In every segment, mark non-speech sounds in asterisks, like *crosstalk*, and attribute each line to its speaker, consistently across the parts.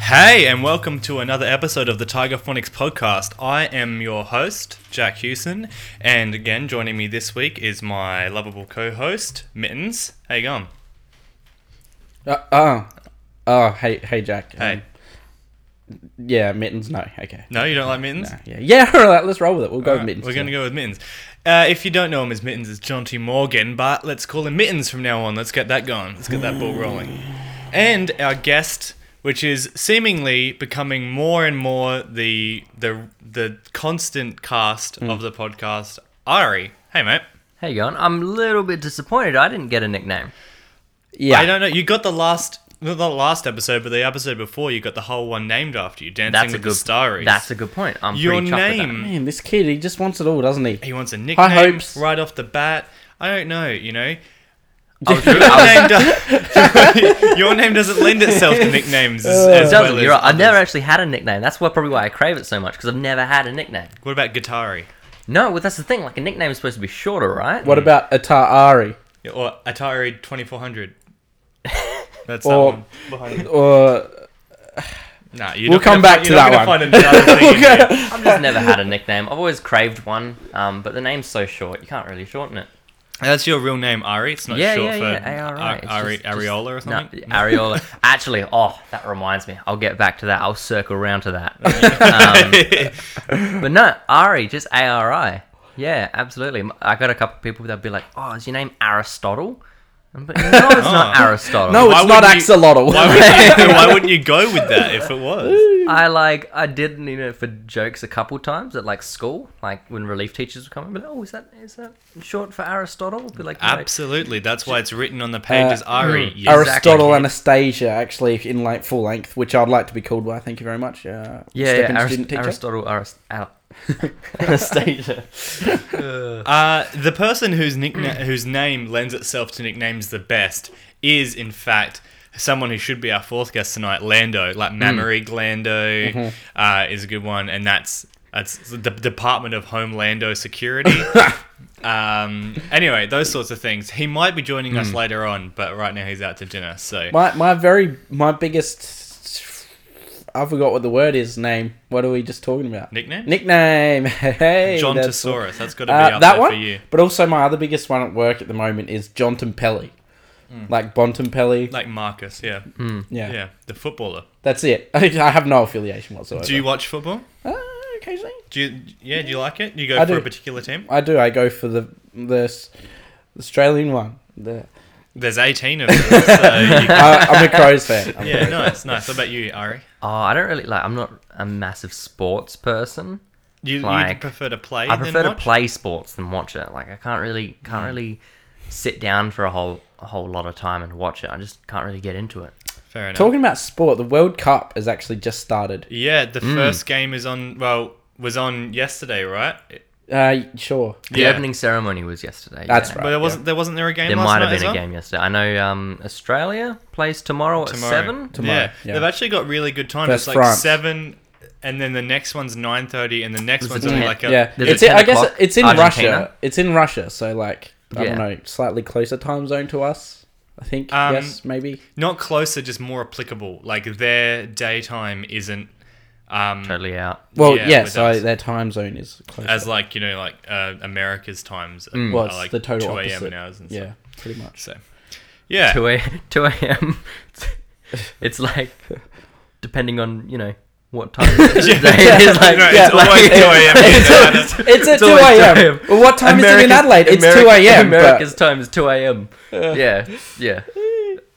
Speaker 1: Hey, and welcome to another episode of the Tiger Phonics podcast. I am your host, Jack Hewson, and again, joining me this week is my lovable co-host, Mittens. How you going?
Speaker 2: Uh, oh, oh, hey, hey, Jack.
Speaker 1: Hey.
Speaker 2: Um, yeah, mittens. No, okay.
Speaker 1: No, you don't like Mittens?
Speaker 2: No, yeah, yeah. *laughs* All right, let's roll with it. We'll go with
Speaker 1: Alright,
Speaker 2: mittens.
Speaker 1: We're going to go with Mittens. Uh, if you don't know him as Mittens, it's John T. Morgan, but let's call him Mittens from now on. Let's get that going. Let's get that ball rolling. And our guest, which is seemingly becoming more and more the the the constant cast of the podcast, Ari. Hey, mate.
Speaker 3: How you going? I'm a little bit disappointed. I didn't get a nickname.
Speaker 2: Yeah.
Speaker 1: I don't know. You got the last. Not the last episode, but the episode before, you got the whole one named after you, Dancing
Speaker 3: That's
Speaker 1: with
Speaker 3: a good.
Speaker 1: the Starries.
Speaker 3: That's a good point. I'm
Speaker 1: Your
Speaker 3: pretty chuffed with that.
Speaker 1: name.
Speaker 2: Man, this kid, he just wants it all, doesn't he?
Speaker 1: He wants a nickname
Speaker 2: hopes.
Speaker 1: right off the bat. I don't know, you know. *laughs*
Speaker 3: I was
Speaker 1: Your
Speaker 3: really- I was-
Speaker 1: name, do- *laughs* your name doesn't lend itself to nicknames as,
Speaker 2: It
Speaker 1: as
Speaker 3: It
Speaker 1: well
Speaker 3: doesn't.
Speaker 1: as
Speaker 3: You're right. I've never
Speaker 1: others.
Speaker 3: actually had a nickname. That's why probably why I crave it so much because I've never had a nickname.
Speaker 1: What about Guitari?
Speaker 3: No, well that's the thing. Like a nickname is supposed to be shorter, right?
Speaker 2: What about Atari
Speaker 1: Or Atari 2400? That's
Speaker 2: Or-
Speaker 1: that one.
Speaker 2: or
Speaker 1: Nah, you're
Speaker 2: We'll
Speaker 1: not gonna
Speaker 2: come back
Speaker 1: fi-
Speaker 2: to
Speaker 1: you're not
Speaker 2: that
Speaker 1: gonna Find another thing
Speaker 2: *laughs*
Speaker 1: in there.
Speaker 3: I've just never had a nickname. I've always craved one, um, but the name's so short, you can't really shorten it.
Speaker 1: That's your real name, Ari. It's not
Speaker 3: yeah,
Speaker 1: short
Speaker 3: yeah,
Speaker 1: for
Speaker 3: yeah. ARI. It's
Speaker 1: Ari,
Speaker 3: just- just-
Speaker 1: Ariola or
Speaker 3: no,
Speaker 1: something.
Speaker 3: *laughs* Ariola. Actually, oh, that reminds me. I'll get back to that. I'll circle round to
Speaker 1: *laughs*
Speaker 3: that. *laughs* um, But no, Ari, just A R I. Yeah, absolutely. M- I got a couple of people that'll be like, "Oh, is your name Aristotle?" I'm like, no, it's
Speaker 2: *laughs*
Speaker 3: not
Speaker 1: Oh.
Speaker 3: Aristotle.
Speaker 2: no,
Speaker 1: Why
Speaker 2: it's not
Speaker 1: wouldn't you-
Speaker 2: axolotl.
Speaker 1: why,
Speaker 2: *laughs*
Speaker 1: wouldn't you, *laughs* why wouldn't you go with that if it
Speaker 3: *laughs*
Speaker 1: was?
Speaker 3: I like I did you know for jokes a couple times at like school, like when relief teachers would come and be like, "Oh, is that is that short for Aristotle?" I'd be like, no.
Speaker 1: Absolutely. That's why it's written on the page
Speaker 2: Uh,
Speaker 1: as Ari. you
Speaker 2: Aristotle
Speaker 3: Exactly.
Speaker 2: Anastasia, actually, in like full length, which I'd like to be called by. Thank you very much. Uh,
Speaker 3: Yeah,
Speaker 2: step in
Speaker 3: yeah Aris-
Speaker 2: student teacher.
Speaker 3: Aristotle, Aris-
Speaker 2: *laughs*
Speaker 3: Al- Anastasia.
Speaker 1: Uh, the person whose nickna- whose name lends itself to nicknames the best is, in fact, someone who should be our fourth guest tonight, Lando. Like Mammary Glando uh, is a good one, and that's that's the Department of Homelando Security. um, anyway, those sorts of things. He might be joining us later on, but right now he's out to dinner. So
Speaker 2: My my very my biggest. I forgot what the word is. Name. What are we just talking about?
Speaker 1: nickname
Speaker 2: Nickname. *laughs* Hey,
Speaker 1: John
Speaker 2: that's-
Speaker 1: Tesaurus. That's got to be
Speaker 2: Uh,
Speaker 1: up
Speaker 2: that
Speaker 1: there
Speaker 2: one.
Speaker 1: for you.
Speaker 2: But also my other biggest one at work at the moment is John Tempelli. Like Bontempelli.
Speaker 1: Hmm. Like Marcus, yeah,
Speaker 3: Hmm.
Speaker 2: yeah.
Speaker 1: yeah, the footballer.
Speaker 2: That's it. *laughs* I have no affiliation whatsoever.
Speaker 1: Do you watch football?
Speaker 2: Uh, occasionally.
Speaker 1: Do you, yeah? Do you like it? Do you go
Speaker 2: I
Speaker 1: for
Speaker 2: do.
Speaker 1: a particular team?
Speaker 2: I do. I go for the the s- Australian one. The,
Speaker 1: There's 18 of them,
Speaker 2: *laughs*
Speaker 1: so you,
Speaker 2: I, I'm a
Speaker 1: *laughs*
Speaker 2: Crows fan. I'm a
Speaker 1: yeah,
Speaker 2: Crows fan.
Speaker 1: nice, nice. What about you, Ari?
Speaker 3: Oh, I don't really like. I'm not a massive sports person.
Speaker 1: You, you
Speaker 3: Like,
Speaker 1: prefer to play
Speaker 3: I prefer
Speaker 1: than
Speaker 3: to
Speaker 1: watch?
Speaker 3: play sports than watch it. Like I can't really can't really sit down for a whole a whole lot of time and watch it. I just can't really get into it.
Speaker 1: Fair enough.
Speaker 2: Talking about sport, the World Cup has actually just started.
Speaker 1: yeah, the
Speaker 3: Mm.
Speaker 1: first game is on. Well, was on yesterday, right?
Speaker 2: Uh, sure.
Speaker 3: The
Speaker 1: yeah.
Speaker 3: opening ceremony was yesterday.
Speaker 2: That's
Speaker 3: yeah.
Speaker 2: right.
Speaker 1: But there wasn't. There wasn't there a game.
Speaker 3: There
Speaker 1: last
Speaker 3: might
Speaker 1: night
Speaker 3: have
Speaker 1: as
Speaker 3: been a
Speaker 1: well?
Speaker 3: game yesterday. I know um, Australia plays tomorrow,
Speaker 1: tomorrow.
Speaker 3: at seven.
Speaker 2: Tomorrow,
Speaker 1: Yeah.
Speaker 2: yeah.
Speaker 1: they've actually got really good times.
Speaker 2: Versus
Speaker 1: It's like
Speaker 2: France.
Speaker 1: seven, and then the next onene's nine thirty, and the next
Speaker 3: This
Speaker 1: one's
Speaker 3: is
Speaker 1: only
Speaker 3: ten.
Speaker 1: like a.
Speaker 2: Yeah,
Speaker 3: There's
Speaker 2: it's
Speaker 3: a
Speaker 2: in,
Speaker 3: 10
Speaker 2: I guess
Speaker 3: o'clock
Speaker 2: it's in
Speaker 3: Argentina.
Speaker 2: Russia. It's in Russia, so like I
Speaker 3: Yeah.
Speaker 2: don't know, slightly closer time zone to us. I think
Speaker 1: Um,
Speaker 2: yes, maybe.
Speaker 1: Not closer, just more applicable. Like their daytime isn't. Um,
Speaker 3: Totally out.
Speaker 2: Well,
Speaker 1: yeah,
Speaker 2: yeah,
Speaker 1: with
Speaker 2: so
Speaker 1: us.
Speaker 2: their time zone is closer.
Speaker 1: as like you know like uh, America's times are-
Speaker 3: Mm.
Speaker 2: well,
Speaker 1: are
Speaker 2: it's
Speaker 1: like
Speaker 2: the total
Speaker 1: 2 a.m.
Speaker 2: opposite.
Speaker 1: and hours and
Speaker 2: yeah, pretty
Speaker 3: *laughs*
Speaker 2: much.
Speaker 1: stuff. So yeah,
Speaker 3: Two a *laughs* two a.m. it's like depending on you know what time
Speaker 1: *laughs*
Speaker 3: of the day it is. Like,
Speaker 1: No,
Speaker 3: yeah,
Speaker 1: it's
Speaker 3: like-
Speaker 1: always 2
Speaker 3: *laughs*
Speaker 1: a.m. here, no, no.
Speaker 2: *laughs* It's at
Speaker 3: It's
Speaker 2: two
Speaker 3: always 2
Speaker 2: a.m.
Speaker 3: a.m.
Speaker 2: Well, what time is it in
Speaker 3: America's-
Speaker 2: Adelaide? It's
Speaker 3: Ameri-
Speaker 2: two a.m.
Speaker 3: America's
Speaker 2: But
Speaker 3: time is 2 a.m. Yeah, yeah.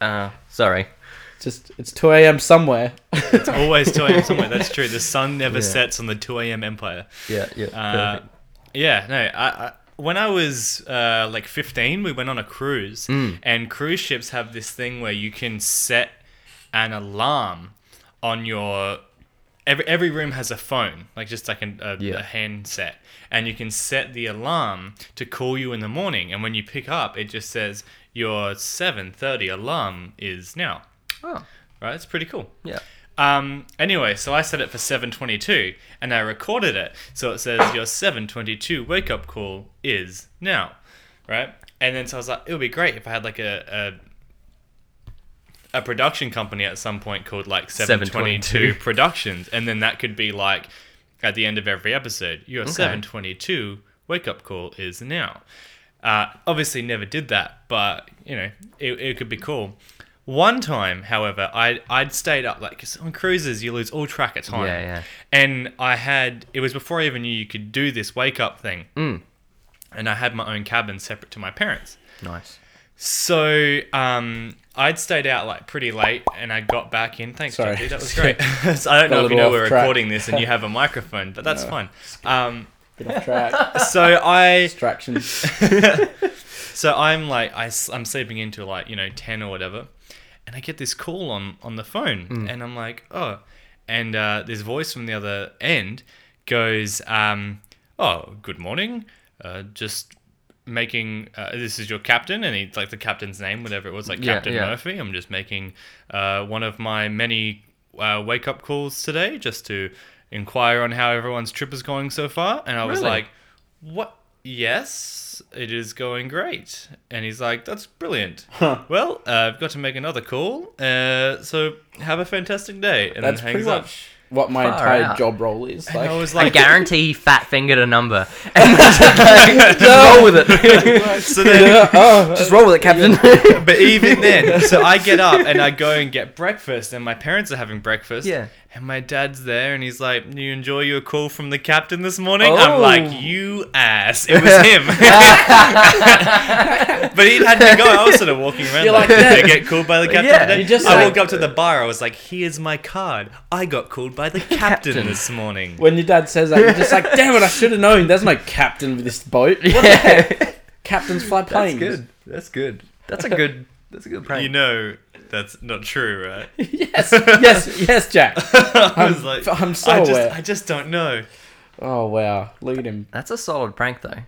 Speaker 3: Uh, sorry.
Speaker 2: it's just it's two a.m.
Speaker 3: *laughs*
Speaker 2: somewhere.
Speaker 1: It's always 2 a.m. somewhere. That's true. The sun never
Speaker 3: Yeah.
Speaker 1: sets on the 2 a.m. empire.
Speaker 3: Yeah, yeah.
Speaker 1: Uh,
Speaker 3: perfect.
Speaker 1: yeah, no. I, I, when I was uh, like 15, we went on a cruise,
Speaker 3: Mm.
Speaker 1: and cruise ships have this thing where you can set an alarm on your. Every, every room has a phone, like just like an, a,
Speaker 3: Yeah.
Speaker 1: a handset, and you can set the alarm to call you in the morning. And when you pick up, it just says your 7:30 alarm is now.
Speaker 3: Oh,
Speaker 1: Right, it's pretty cool.
Speaker 3: yeah.
Speaker 1: Um, anyway, so I set it for 7:22, and I recorded it. So it says your 7:22 wake up call is now, right? And then so I was like, it would be great if I had like a, a production company at some point called like
Speaker 3: 722.
Speaker 1: 722 Productions, and then that could be like at the end of every episode, your 722 wake up call is now. Uh, obviously, never did that, but you know, it, it could be cool. One time, however, I I'd stayed up like 'cause on cruises you lose all track of time.
Speaker 3: Yeah, yeah.
Speaker 1: And I had it was before I even knew you could do this wake up thing.
Speaker 2: Mm.
Speaker 1: And I had my own cabin separate to my parents.
Speaker 3: Nice.
Speaker 1: So um, I'd stayed out like pretty late, and I got back in. Thanks,
Speaker 2: Sorry.
Speaker 1: Jackie, that
Speaker 2: *laughs*
Speaker 1: was great. *laughs* So I don't know if you
Speaker 2: little
Speaker 1: know
Speaker 2: off
Speaker 1: we're
Speaker 2: track.
Speaker 1: recording this and you have a microphone, but that's fine. Um,
Speaker 2: Bit off track.
Speaker 1: so I
Speaker 2: Distractions.
Speaker 1: so I'm like I, am sleeping into like you know ten or whatever, and I get this call on on the phone,
Speaker 3: Mm.
Speaker 1: and I'm like oh, and uh, this voice from the other end goes um, oh good morning, uh, just making uh, this is your captain and he's like the captain's name whatever it was like
Speaker 3: Yeah,
Speaker 1: Captain
Speaker 3: yeah.
Speaker 1: Murphy. I'm just making uh, one of my many uh, wake up calls today just to inquire on how everyone's trip is going so far, and I was
Speaker 3: Really?
Speaker 1: like what? Yes, it is going great. And he's like, that's
Speaker 2: *laughs*
Speaker 1: brilliant. Well, uh, I've got to make another call. Uh, so have a fantastic day. And
Speaker 2: That's
Speaker 1: then
Speaker 2: pretty
Speaker 1: hangs up.
Speaker 2: much what my
Speaker 3: Far
Speaker 2: entire
Speaker 3: out.
Speaker 2: job role is. Like,
Speaker 1: I
Speaker 2: *laughs*
Speaker 3: *laughs*
Speaker 1: was
Speaker 3: I
Speaker 1: like,
Speaker 3: guarantee he fat fingered a number. *laughs* And just, like, just roll with
Speaker 2: *laughs*
Speaker 3: it.
Speaker 1: so then,
Speaker 2: oh,
Speaker 3: just roll with it, Captain. *laughs*
Speaker 1: but even
Speaker 2: *laughs*
Speaker 1: then, so I get up and I go and get breakfast, and my parents are having breakfast.
Speaker 3: Yeah.
Speaker 1: And my dad's there, and he's like, "You enjoy your call from the captain this morning?"
Speaker 3: Oh.
Speaker 1: I'm like, "You ass!" It was
Speaker 2: *laughs*
Speaker 1: him. but he had me go. I was sort of walking around.
Speaker 2: You're
Speaker 1: like,
Speaker 2: like,
Speaker 1: Did I get called by the captain
Speaker 3: Yeah,
Speaker 1: today?
Speaker 2: you just
Speaker 1: I
Speaker 2: like-
Speaker 1: walk up to the bar. I was like, "Here's my card. I got called by the captain, this morning."
Speaker 2: when your dad says that, you're just like, damn it, I should have known. There's no captain with this boat. What the heck?
Speaker 3: Yeah.
Speaker 2: Captains fly planes.
Speaker 3: That's good. That's a good. That's a good prank.
Speaker 1: You know that's not true, right?
Speaker 2: Yes, yes, yes,
Speaker 3: *laughs*
Speaker 2: Jack.
Speaker 1: *laughs* I was
Speaker 2: *laughs* I'm-
Speaker 1: like,
Speaker 2: I'm so
Speaker 1: I just,
Speaker 2: aware."
Speaker 1: I just don't know.
Speaker 2: Oh, wow. Look at him.
Speaker 3: that's a solid prank though.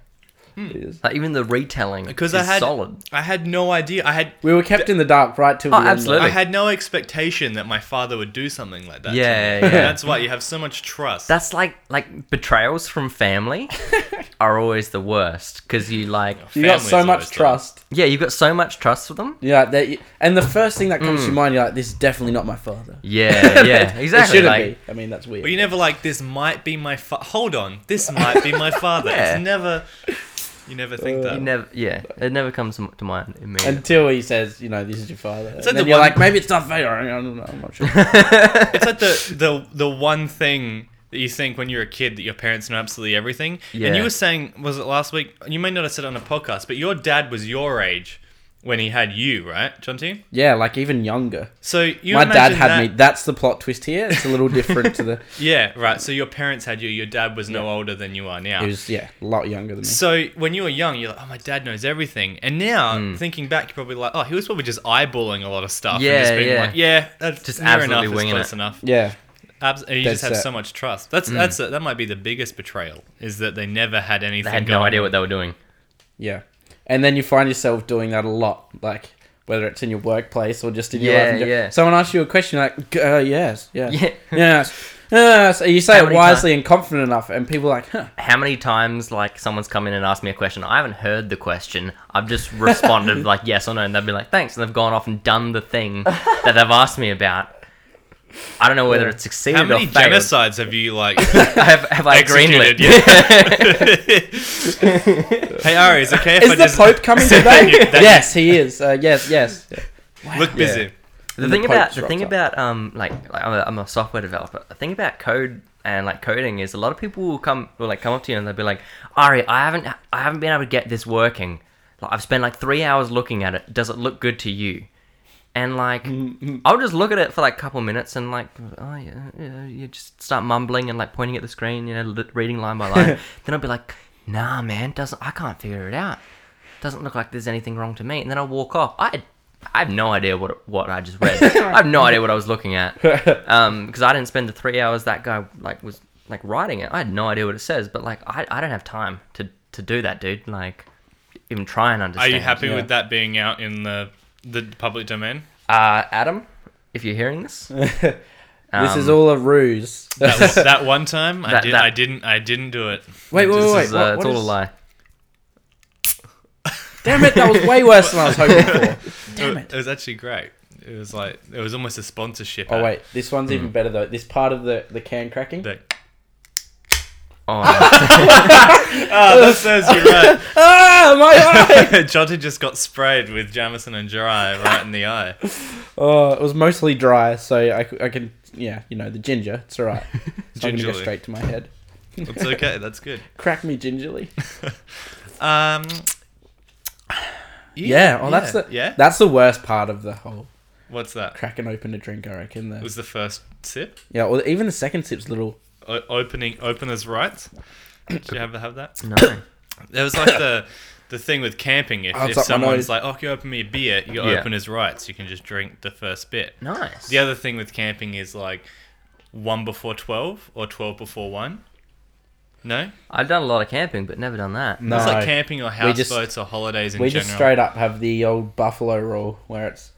Speaker 2: He is.
Speaker 3: Like even the retelling
Speaker 1: Because
Speaker 3: is
Speaker 1: I had,
Speaker 3: solid.
Speaker 1: I had no idea. I had
Speaker 2: We were kept in the dark right till
Speaker 3: Oh,
Speaker 2: the end.
Speaker 3: absolutely.
Speaker 1: I had no expectation that my father would do something like that. to
Speaker 3: Yeah,
Speaker 1: me.
Speaker 3: yeah, yeah.
Speaker 1: That's why you have so much trust.
Speaker 3: That's like like betrayals
Speaker 2: *laughs*
Speaker 3: from family are always the worst because you like
Speaker 2: You got
Speaker 1: Family's
Speaker 2: so
Speaker 1: always
Speaker 2: much
Speaker 1: the-
Speaker 2: trust.
Speaker 3: yeah you've got so much trust with them.
Speaker 2: Yeah, that you, and the first thing that comes
Speaker 1: Hmm.
Speaker 2: to your mind, you're like, this is definitely not my father.
Speaker 1: *laughs*
Speaker 3: Yeah,
Speaker 2: *laughs*
Speaker 3: yeah,
Speaker 2: It
Speaker 3: exactly.
Speaker 2: shouldn't
Speaker 3: like,
Speaker 2: be. I mean, that's weird.
Speaker 1: But you never like this might be my fa- hold on. This might be my father.
Speaker 3: Yeah.
Speaker 1: It's never. You never think that.
Speaker 3: You never, yeah, it never comes to mind immediately.
Speaker 2: Until he says, you know, this is your father.
Speaker 1: like
Speaker 2: and then
Speaker 1: the
Speaker 2: you're
Speaker 1: one-
Speaker 2: like, maybe it's not Vader. I don't know. I'm
Speaker 1: *laughs*
Speaker 2: not sure.
Speaker 1: It's like the the the one thing that you think when you're a kid that your parents know absolutely everything. And
Speaker 3: Yeah.
Speaker 1: you were saying was it last week? You may not have said it on a podcast, but your dad was your age when he had you, right, Jonty?
Speaker 2: yeah, like even younger.
Speaker 1: So you
Speaker 2: my dad
Speaker 1: imagine
Speaker 2: had
Speaker 1: that-
Speaker 2: me. That's the plot twist here. It's a little different to the. *laughs*
Speaker 1: Yeah, right. So your parents had you. Your dad was no older than you are now.
Speaker 2: He was yeah, a lot younger than me.
Speaker 1: So when you were young, you're like, oh, my dad knows everything. And now,
Speaker 3: Hmm.
Speaker 1: thinking back, you're probably like, oh, he was probably just eyeballing a lot of stuff. and just
Speaker 3: Yeah,
Speaker 1: being
Speaker 3: yeah.
Speaker 1: Like, yeah, that's
Speaker 3: Just
Speaker 1: just near
Speaker 3: absolutely
Speaker 1: enough, it's
Speaker 3: winging
Speaker 1: close
Speaker 3: it. Hmm.
Speaker 1: enough.
Speaker 2: Yeah,
Speaker 1: Abs- and you
Speaker 2: Dead
Speaker 1: just have
Speaker 2: set.
Speaker 1: so much trust. That's that's a, that might be the biggest betrayal is that they never had anything.
Speaker 3: They had
Speaker 1: going.
Speaker 3: no idea what they were doing.
Speaker 2: yeah, and then you find yourself doing that a lot, like whether it's in your workplace or just in your
Speaker 3: Yeah,
Speaker 2: life. in gen-
Speaker 3: yeah.
Speaker 2: Someone asks you a question, you're like, "G- uh, yes, yes,
Speaker 3: *laughs* Yeah.
Speaker 2: yes, yes. and You say
Speaker 3: How
Speaker 2: it
Speaker 3: many
Speaker 2: wisely and confident enough, and people are like, huh.
Speaker 3: How many times like someone's come in and asked me a question? I haven't heard the question. I've
Speaker 1: *laughs*
Speaker 3: just responded like yes or no, and they've been like thanks, and they've gone off and done the
Speaker 1: *laughs*
Speaker 3: thing that they've asked me about. I don't know whether it's succeeded
Speaker 1: How many
Speaker 3: or failed.
Speaker 1: genocides have you like
Speaker 3: *laughs* have, have I greenlit?
Speaker 1: executed? Yeah.
Speaker 3: *laughs*
Speaker 1: *laughs* hey Ari, is it okay if
Speaker 2: is
Speaker 1: I
Speaker 2: the
Speaker 1: just *laughs*
Speaker 2: Pope coming today?
Speaker 1: That-
Speaker 2: yes, he is. Uh, yes, yes.
Speaker 1: look busy?
Speaker 2: Yeah.
Speaker 3: the
Speaker 2: And the
Speaker 3: thing about
Speaker 2: Pope
Speaker 3: the thing
Speaker 2: drops
Speaker 3: about um like, like I'm, a, I'm a software developer. The thing about code and like coding is a lot of people will come will like come up to you and they'll be like, Ari, I haven't I haven't been able to get this working. Like I've spent like three hours looking at it. Does it look good to you? And like I'll just look at it for like a couple minutes and like oh yeah, yeah you just start mumbling and like pointing at the screen, you know, li- reading line by line. then I'll be like, Nah, man, doesn't I can't figure it out doesn't look like there's anything wrong to me. And then I walk off. I, I have no idea what what I just read. I have no idea what I was looking at. Um, because I didn't spend the three hours that guy like was like writing it. I had no idea what it says. But like, I, I don't have time to to do that, dude. Like, even try and
Speaker 1: Are
Speaker 3: understand.
Speaker 1: you happy
Speaker 2: Yeah.
Speaker 1: with that being out in the the public domain?
Speaker 3: Uh, Adam, if you're hearing this,
Speaker 2: *laughs* this
Speaker 3: Um,
Speaker 2: is all a ruse.
Speaker 1: *laughs* that, was-
Speaker 2: *laughs*
Speaker 1: that one time I,
Speaker 3: That-
Speaker 1: did,
Speaker 3: that-
Speaker 1: I didn't I didn't do it.
Speaker 2: wait, wait,
Speaker 3: this
Speaker 2: wait. wait.
Speaker 3: is, uh,
Speaker 2: what-
Speaker 3: it's
Speaker 2: what
Speaker 3: all
Speaker 2: is-
Speaker 3: a
Speaker 2: *coughs*
Speaker 3: lie.
Speaker 1: *laughs*
Speaker 2: Damn it, that was way worse than I was hoping for. Damn it.
Speaker 1: It was actually great. It was like it was almost a sponsorship.
Speaker 2: Oh
Speaker 1: ad.
Speaker 2: wait, this one's even better though. This part of the the can cracking.
Speaker 1: Mm. The-
Speaker 3: Oh,
Speaker 1: oh, that says you're right.
Speaker 2: Ah,
Speaker 1: *laughs*
Speaker 2: my eye!
Speaker 1: Jota just got sprayed with Jamison and Jirai right in the eye.
Speaker 2: oh, it was mostly dry, so I, c- I can yeah, you know the ginger. It's all right.
Speaker 1: *laughs*
Speaker 2: It's not gonna go
Speaker 1: Gingerly.
Speaker 2: straight to my head.
Speaker 1: It's okay. That's good.
Speaker 2: Crack
Speaker 1: *laughs*
Speaker 2: me gingerly.
Speaker 1: Um.
Speaker 2: Yeah. Oh, that's the
Speaker 1: yeah.
Speaker 2: That's the worst part of the whole
Speaker 1: What's that?
Speaker 2: cracking open a drink. I reckon. The,
Speaker 1: Was the first sip
Speaker 2: yeah. Well, even the second sip's little.
Speaker 1: o- opening opener's rights? Did you ever have that?
Speaker 3: no.
Speaker 1: There was like
Speaker 2: *laughs*
Speaker 1: the the thing with camping. If,
Speaker 2: Oh, it's
Speaker 1: if
Speaker 2: up my
Speaker 1: someone's
Speaker 2: nose.
Speaker 1: like, "Oh, can you open me a beer?" You got
Speaker 3: Yeah.
Speaker 1: opener's rights. You can just drink the first bit.
Speaker 3: Nice.
Speaker 1: The other thing with camping is like one before twelve or twelve before one. No,
Speaker 3: I've done a lot of camping, but never done that.
Speaker 2: No.
Speaker 1: it's like camping or
Speaker 2: just-
Speaker 1: houseboats or holidays in
Speaker 2: we
Speaker 1: general.
Speaker 2: just straight up have the old buffalo rule where it's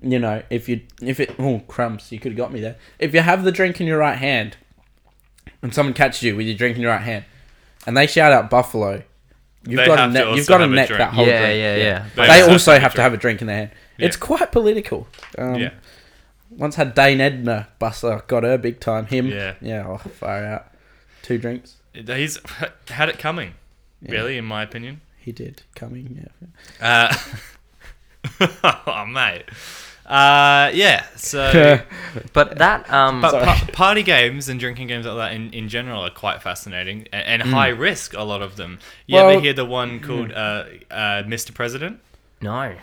Speaker 2: you know if you if it oh crumbs you could have got me there if you have the drink in your right hand and someone catches you with your drink in your right hand and they shout out buffalo you've
Speaker 1: They
Speaker 2: got
Speaker 1: have to
Speaker 2: to neck
Speaker 1: also
Speaker 2: you've got to
Speaker 1: have a
Speaker 2: neck
Speaker 1: drink.
Speaker 2: that whole
Speaker 3: Yeah,
Speaker 2: drink
Speaker 3: yeah, yeah.
Speaker 1: They
Speaker 2: they,
Speaker 1: also have
Speaker 2: also
Speaker 1: to
Speaker 2: have to
Speaker 1: drink.
Speaker 2: have a drink in their hand it's
Speaker 1: Yeah.
Speaker 2: quite political um,
Speaker 1: yeah,
Speaker 2: once had Dane Edna Buster got her big time him
Speaker 1: Yeah.
Speaker 2: yeah oh, far out two drinks
Speaker 1: he's *laughs* had it coming, really, in my opinion.
Speaker 2: he did coming yeah
Speaker 1: Uh, *laughs* oh mate, uh, yeah.
Speaker 2: *laughs*
Speaker 1: So,
Speaker 3: But that um,
Speaker 1: but
Speaker 2: Sorry.
Speaker 1: pa- party games and drinking games like that in, in general are quite fascinating a- and, and high risk. A lot of them. You
Speaker 2: Hmm. Well- hmm.
Speaker 1: ever hear the one called uh, uh, Mr. President?
Speaker 3: no.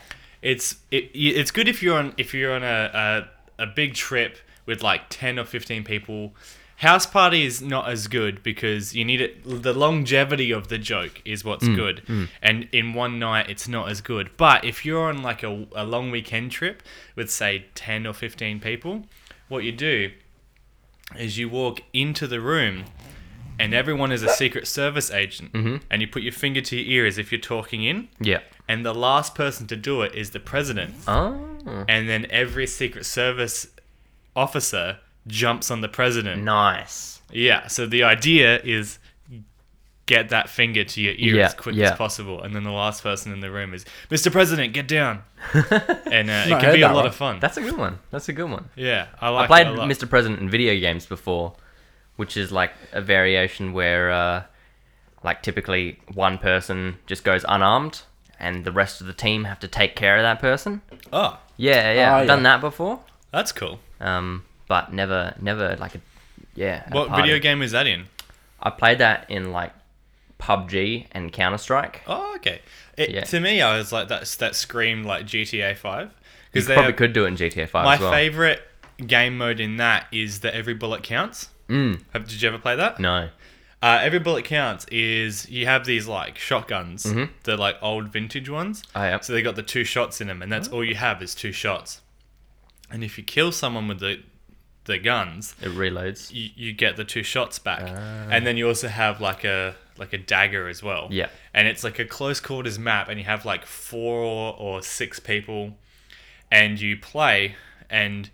Speaker 1: it's it, y- it's good if you're on if you're on a, a a big trip with like 10 or 15 people house party is not as good because you need it the longevity of the joke is what's good and in one night it's not as good but if you're on like a, a long weekend trip with say 10 or 15 people what you do is you walk into the room and everyone is a secret service agent and you put your finger to your ear as if you're talking in
Speaker 3: Yeah.
Speaker 1: and the last person to do it is the president.
Speaker 3: Oh,
Speaker 1: And then every Secret Service officer jumps on the president.
Speaker 3: nice.
Speaker 1: Yeah, so the idea is get that finger to your ear
Speaker 3: Yeah,
Speaker 1: as quick
Speaker 3: yeah.
Speaker 1: as possible, and then the last person in the room is Mr. President, get
Speaker 3: *laughs*
Speaker 1: down. and uh,
Speaker 2: Not
Speaker 1: it can
Speaker 2: heard
Speaker 1: be a
Speaker 2: that
Speaker 1: lot
Speaker 2: one.
Speaker 1: of fun.
Speaker 3: That's a good one. That's a good one.
Speaker 1: yeah, I like
Speaker 3: I played
Speaker 1: it a lot.
Speaker 3: Mr. President in video games before, which is like a variation where, uh, like, typically one person just goes unarmed, and the rest of the team have to take care of that person.
Speaker 1: Oh,
Speaker 3: Yeah, yeah,
Speaker 2: Ah,
Speaker 3: I've done
Speaker 2: yeah.
Speaker 3: that before,
Speaker 1: that's cool.
Speaker 3: um, but never, never like a, yeah. a
Speaker 1: What
Speaker 3: party.
Speaker 1: video game is that in?
Speaker 3: I played that in like PUBG and Counter Strike.
Speaker 1: Oh, okay. It,
Speaker 3: Yeah.
Speaker 1: To me, I was like, that's, that screamed like GTA 5.
Speaker 3: You
Speaker 1: Because they
Speaker 3: probably
Speaker 1: have,
Speaker 3: could do it in GTA Five
Speaker 1: My
Speaker 3: as well.
Speaker 1: favorite game mode in that is that every bullet counts. Mm. Have, did you ever play that?
Speaker 3: no.
Speaker 1: Uh, every bullet counts is you have these like shotguns,
Speaker 3: Mm-hmm.
Speaker 1: the like old vintage ones.
Speaker 3: Oh, yeah.
Speaker 1: So they got the two shots in them, and that's
Speaker 3: Oh.
Speaker 1: all you have is two shots. And if you kill someone with the the guns,
Speaker 3: It reloads.
Speaker 1: you, you get the two shots back, and then you also have like a like a dagger as well.
Speaker 3: Ah. Yeah.
Speaker 1: and it's like a close quarters map, and you have like four or six people, and you play, and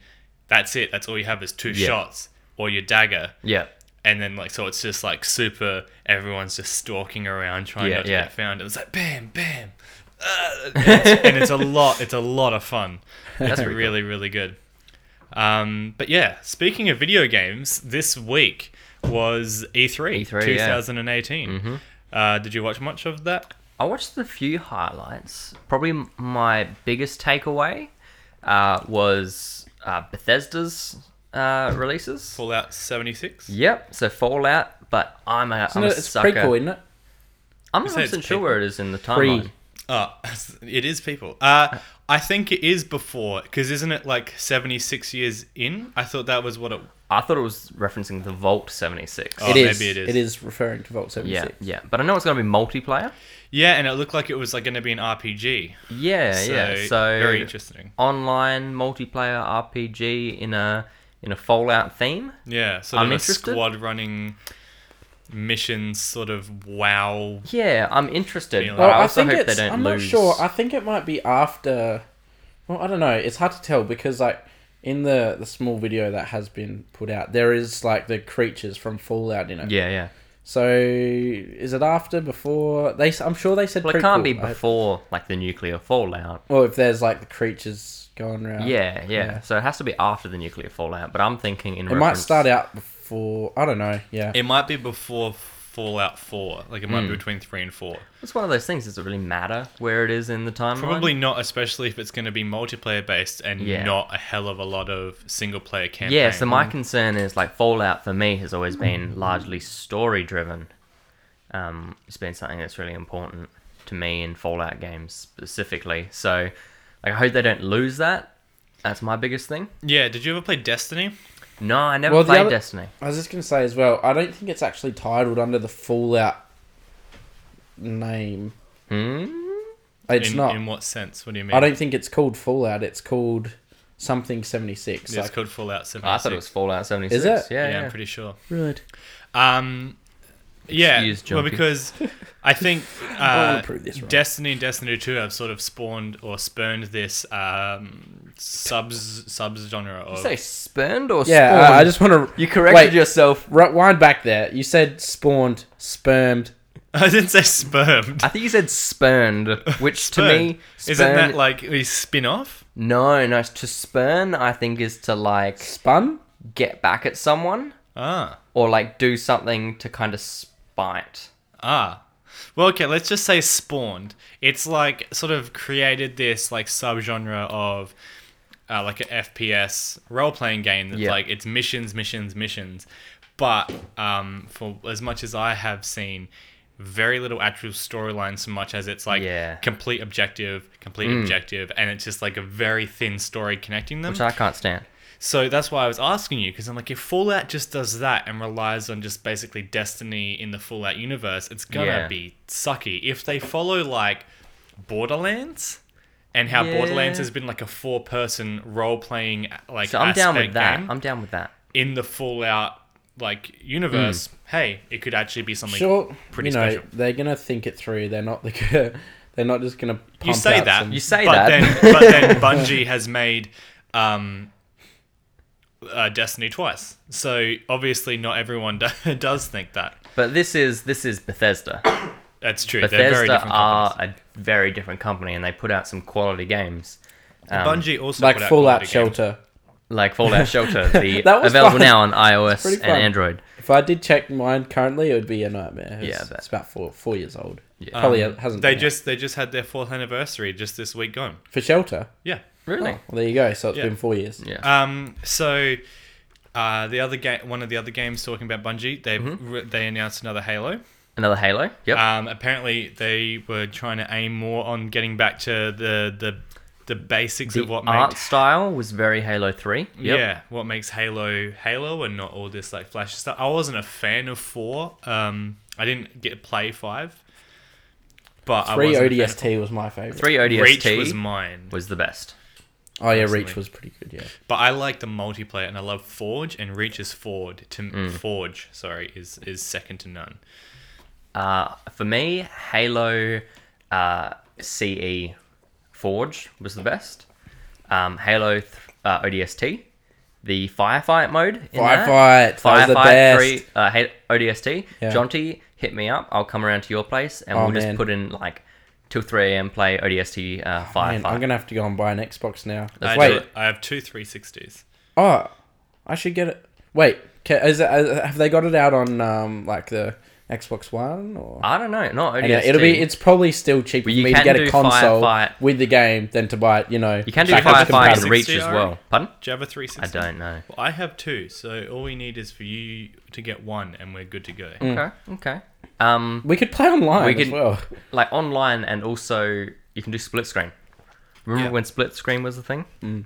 Speaker 1: that's it. That's all you have is two
Speaker 3: Yeah.
Speaker 1: shots or your dagger,
Speaker 3: Yeah.
Speaker 1: and then like so it's just like super. Everyone's just stalking around trying
Speaker 3: Yeah,
Speaker 1: not to
Speaker 3: yeah.
Speaker 1: get found. It was like bam, bam. Uh, and it's- and it's a lot. It's a lot of
Speaker 3: *laughs*
Speaker 1: fun. That's
Speaker 3: pretty cool.
Speaker 1: really, really good. Um, but yeah, speaking of video games, this week was E E3,
Speaker 3: E3, E yeah. Mm-hmm.
Speaker 1: 2018. Uh, did you watch much of that?
Speaker 3: I watched a few highlights. Probably m- my biggest takeaway uh, was uh, Bethesda's uh, releases.
Speaker 1: Fallout 76.
Speaker 3: Yep, so Fallout, but I'm a, I'm
Speaker 2: No,
Speaker 3: a
Speaker 2: it's
Speaker 3: sucker.
Speaker 2: prequel isn't it
Speaker 3: I'm
Speaker 1: You
Speaker 3: not
Speaker 1: say it's
Speaker 3: 100% sure
Speaker 1: prequel.
Speaker 3: where it is in the
Speaker 2: Pre.
Speaker 3: timeline.
Speaker 1: Oh, *laughs* it is people. Uh, I think it is before because isn't it like 76 years in? I thought that was what it.
Speaker 3: I thought it was referencing the Vault 76.
Speaker 1: Oh,
Speaker 2: it is
Speaker 1: maybe it is.
Speaker 2: it is referring to Vault Seventy
Speaker 3: yeah,
Speaker 2: Six
Speaker 3: yeah. But I know it's going to be multiplayer.
Speaker 1: Yeah, and it looked like it was like going to be an RPG.
Speaker 3: Yeah, yeah. So
Speaker 1: very interesting.
Speaker 3: online multiplayer RPG in a in a Fallout theme.
Speaker 1: Yeah, sort
Speaker 3: I'm
Speaker 1: of a
Speaker 3: interested.
Speaker 1: squad running mission, sort of wow.
Speaker 3: Yeah, I'm interested.
Speaker 1: Feeling
Speaker 3: But
Speaker 1: it.
Speaker 3: I
Speaker 2: I
Speaker 3: also
Speaker 2: think
Speaker 3: hope they
Speaker 2: it's.
Speaker 3: don't
Speaker 2: I'm
Speaker 3: lose.
Speaker 2: not sure. I think it might be after. Well, I don't know. It's hard to tell because like in the the small video that has been put out, there is like the creatures from Fallout in it.
Speaker 3: yeah, yeah.
Speaker 2: So is it after, before? They, s- I'm sure they said.
Speaker 3: Well, it can't be
Speaker 2: prequel, I-
Speaker 3: before like the nuclear fallout.
Speaker 2: Well, if there's like the creatures going around.
Speaker 3: Yeah, yeah,
Speaker 2: yeah.
Speaker 3: So it has to be after the nuclear fallout. But I'm thinking in
Speaker 2: It might start out before. I don't know. Yeah.
Speaker 1: It might be before Fallout 4. Like, it
Speaker 3: Hmm.
Speaker 1: might be between 3 and 4.
Speaker 3: It's one of those things. Does it really matter where it is in the timeline?
Speaker 1: Probably not, especially if it's going to be multiplayer based and
Speaker 3: Yeah.
Speaker 1: not a hell of a lot of single player campaign. Hmm.
Speaker 3: Yeah, so my concern is like Fallout for me has always been largely story driven. Um, it's been something that's really important to me in Fallout games specifically. So, like, I hope they don't lose that. That's my biggest thing.
Speaker 1: Yeah, did you ever play Destiny?
Speaker 3: No, I never
Speaker 2: Well, the
Speaker 3: played
Speaker 2: other-
Speaker 3: Destiny.
Speaker 2: I was just gonna say as well. I don't think it's actually titled under the Fallout name.
Speaker 3: Hmm?
Speaker 2: It's
Speaker 1: in,
Speaker 2: not.
Speaker 1: In what sense? What do you mean?
Speaker 2: I don't think it's called Fallout. It's called something seventy six.
Speaker 1: It's
Speaker 2: Like,
Speaker 1: called Fallout 76.
Speaker 3: I thought it was Fallout 76.
Speaker 2: Is it?
Speaker 3: Yeah,
Speaker 1: Yeah,
Speaker 3: yeah.
Speaker 1: I'm pretty sure.
Speaker 2: right.
Speaker 1: Um, yeah,
Speaker 3: Excuse
Speaker 1: well,
Speaker 3: Jumpy.
Speaker 1: because I think
Speaker 2: wanna
Speaker 1: uh,
Speaker 2: prove this wrong.
Speaker 1: Destiny and Destiny Two have sort of spawned or spurned this um, subs subgenre of.
Speaker 3: Say spurned or
Speaker 2: Yeah.
Speaker 3: spawned?
Speaker 2: I, I just want to.
Speaker 3: you corrected
Speaker 2: Wait.
Speaker 3: yourself.
Speaker 2: Rewind back there. You said spawned, spermed.
Speaker 1: *laughs* I didn't say spermed.
Speaker 3: I think you
Speaker 1: *laughs*
Speaker 3: said spurned, which to me,
Speaker 1: Spurned. isn't
Speaker 3: spurn-
Speaker 1: that like a spin off?
Speaker 3: no, no. To spurn, I think is to like
Speaker 2: Spun?
Speaker 3: get back at someone
Speaker 1: Ah,
Speaker 3: or like do something to kind of spite.
Speaker 1: ah. Well, okay. Let's just say spawned. It's like sort of created this like subgenre of. Uh, like an FPS role playing game that's
Speaker 3: Yeah.
Speaker 1: like it's missions, missions, missions. But um, for as much as I have seen, very little actual storyline so much as it's like
Speaker 3: Yeah. Mm.
Speaker 1: complete objective, complete objective, and it's just like a very thin story connecting them.
Speaker 3: Which I can't stand.
Speaker 1: So that's why I was asking you because I'm like, if Fallout just does that and relies on just basically destiny in the Fallout universe, it's gonna
Speaker 3: Yeah.
Speaker 1: be sucky. If they follow like Borderlands and how
Speaker 3: Yeah.
Speaker 1: Borderlands has been like a four-person role-playing like
Speaker 3: So I'm down with
Speaker 1: aspect
Speaker 3: that.
Speaker 1: game
Speaker 3: I'm down with that.
Speaker 1: in the Fallout like
Speaker 3: Mm.
Speaker 1: universe, hey, it could actually be something.
Speaker 2: Sure.
Speaker 1: pretty
Speaker 2: you know
Speaker 1: special.
Speaker 2: they're gonna think it through. They're not *laughs* the. g- They're not just gonna. Pump
Speaker 1: You say
Speaker 2: out
Speaker 1: that.
Speaker 2: some-
Speaker 3: You say
Speaker 1: but
Speaker 3: that. *laughs*
Speaker 1: Then, but then Bungie has made um, uh, Destiny twice, so obviously not everyone *laughs* do- does think that.
Speaker 3: But this is this is Bethesda.
Speaker 1: That's true. They're very
Speaker 3: Bethesda
Speaker 1: different
Speaker 3: are
Speaker 1: companies.
Speaker 3: a very different company, and they put out some quality games. Um,
Speaker 1: Bungie also
Speaker 2: like
Speaker 1: put out
Speaker 2: Fallout
Speaker 1: quality games.
Speaker 2: Shelter.
Speaker 1: *laughs*
Speaker 3: like Fallout Shelter, the
Speaker 2: That was
Speaker 3: available
Speaker 2: fun.
Speaker 3: now on iOS
Speaker 2: pretty
Speaker 3: and
Speaker 2: fun.
Speaker 3: Android.
Speaker 2: If I did check mine currently, it would be a nightmare. It's,
Speaker 3: Yeah, I bet.
Speaker 2: it's about four four years old.
Speaker 3: Yeah.
Speaker 2: Probably
Speaker 1: Um,
Speaker 2: hasn't.
Speaker 1: They
Speaker 2: been out.
Speaker 1: just they just had their fourth anniversary just this week gone.
Speaker 2: for shelter.
Speaker 1: Yeah.
Speaker 3: Really?
Speaker 2: Oh, well, there you go. So it's
Speaker 1: Yeah.
Speaker 2: been four years.
Speaker 3: Yeah.
Speaker 1: Um. So, uh, the other game, one of the other games talking about Bungie, they
Speaker 2: Mm-hmm.
Speaker 1: re- they announced another Halo.
Speaker 3: Another Halo. Yep.
Speaker 1: Um, apparently, they were trying to aim more on getting back to the the, the basics
Speaker 3: the
Speaker 1: of what
Speaker 3: art
Speaker 1: makes
Speaker 3: style was very Halo Three. Yep.
Speaker 1: yeah what makes Halo Halo and not all this like flashy stuff. I wasn't a fan of four. Um, I didn't get to play five, but I
Speaker 2: Three
Speaker 1: wasn't a fan of
Speaker 2: ODST was my favorite.
Speaker 3: Three ODST
Speaker 1: Reach
Speaker 3: was,
Speaker 1: was mine,
Speaker 3: the best.
Speaker 2: Oh yeah,
Speaker 1: personally.
Speaker 2: Reach was pretty good. Yeah.
Speaker 1: but I like the multiplayer and I love Forge and Reach is Forge to
Speaker 3: Mm.
Speaker 1: Forge. Sorry, is is second to none.
Speaker 3: Uh, for me, Halo uh, CE Forge was the best. Um, Halo th- uh, ODST, the firefight mode. In that.
Speaker 2: Firefight, that was the
Speaker 3: Firefight
Speaker 2: best.
Speaker 3: three uh, Halo- ODST.
Speaker 2: Yeah.
Speaker 3: Jonty, hit me up. I'll come around to your place and
Speaker 2: Oh,
Speaker 3: we'll just
Speaker 2: man. Oh,
Speaker 3: put in like till three a.m. play ODST uh, firefight.
Speaker 2: Man, I'm gonna have to go and buy an Xbox now.
Speaker 1: I,
Speaker 2: Wait.
Speaker 1: do- I have two 360s.
Speaker 2: Oh, I should get it. Wait. ca- Is it, uh, have they got it out on um like the Xbox One or?
Speaker 3: I don't know. Not ODST.
Speaker 2: Anyway, uh, it'll be. It's probably still cheaper
Speaker 3: Uh, Well,
Speaker 2: for
Speaker 3: you
Speaker 2: me to
Speaker 3: can
Speaker 2: get
Speaker 3: do
Speaker 2: a console
Speaker 3: Firefight.
Speaker 2: with the game than to buy it. You know,
Speaker 3: you can do
Speaker 2: backwards
Speaker 3: firefight and
Speaker 2: compatible.
Speaker 3: reach
Speaker 1: 360
Speaker 3: as
Speaker 1: already?
Speaker 3: well. Pardon?
Speaker 1: Do you have a
Speaker 3: I
Speaker 1: 360?
Speaker 3: don't know.
Speaker 1: Well, I have two, so all we need is for you to get one, and we're good to go.
Speaker 2: Mm.
Speaker 3: Okay. Okay. Um.
Speaker 2: We could play online
Speaker 3: We
Speaker 2: as
Speaker 3: could- *laughs*
Speaker 2: well.
Speaker 3: like online and also you can do split screen. Remember
Speaker 1: Yeah.
Speaker 3: when split screen was the thing?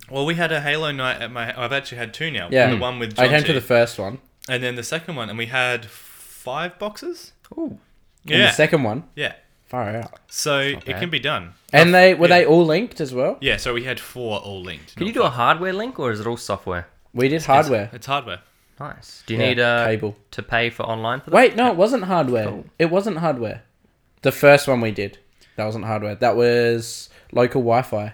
Speaker 1: Well, we had a Halo night at my. I've actually had two now.
Speaker 2: Yeah.
Speaker 1: the one with
Speaker 2: I came to
Speaker 1: Jonty,
Speaker 2: the first one.
Speaker 1: and then the second one, and we had five boxes.
Speaker 3: Ooh.
Speaker 2: And
Speaker 1: Yeah,
Speaker 2: the second one,
Speaker 1: yeah.
Speaker 2: far out.
Speaker 3: Oh,
Speaker 1: So it
Speaker 3: bad.
Speaker 1: can be done.
Speaker 2: And they were
Speaker 1: yeah.
Speaker 2: they all linked as well.
Speaker 1: Yeah, so we had four all linked.
Speaker 3: Can
Speaker 1: not
Speaker 3: you do a hardware link or is it all software?
Speaker 2: We did hardware.
Speaker 1: It's hardware.
Speaker 3: Nice. Do you
Speaker 2: Yeah,
Speaker 3: need uh,
Speaker 2: cable.
Speaker 3: to pay for online for that?
Speaker 2: Wait, no, it wasn't hardware. It wasn't hardware. The first one we did, that wasn't hardware. That was local Wi-Fi.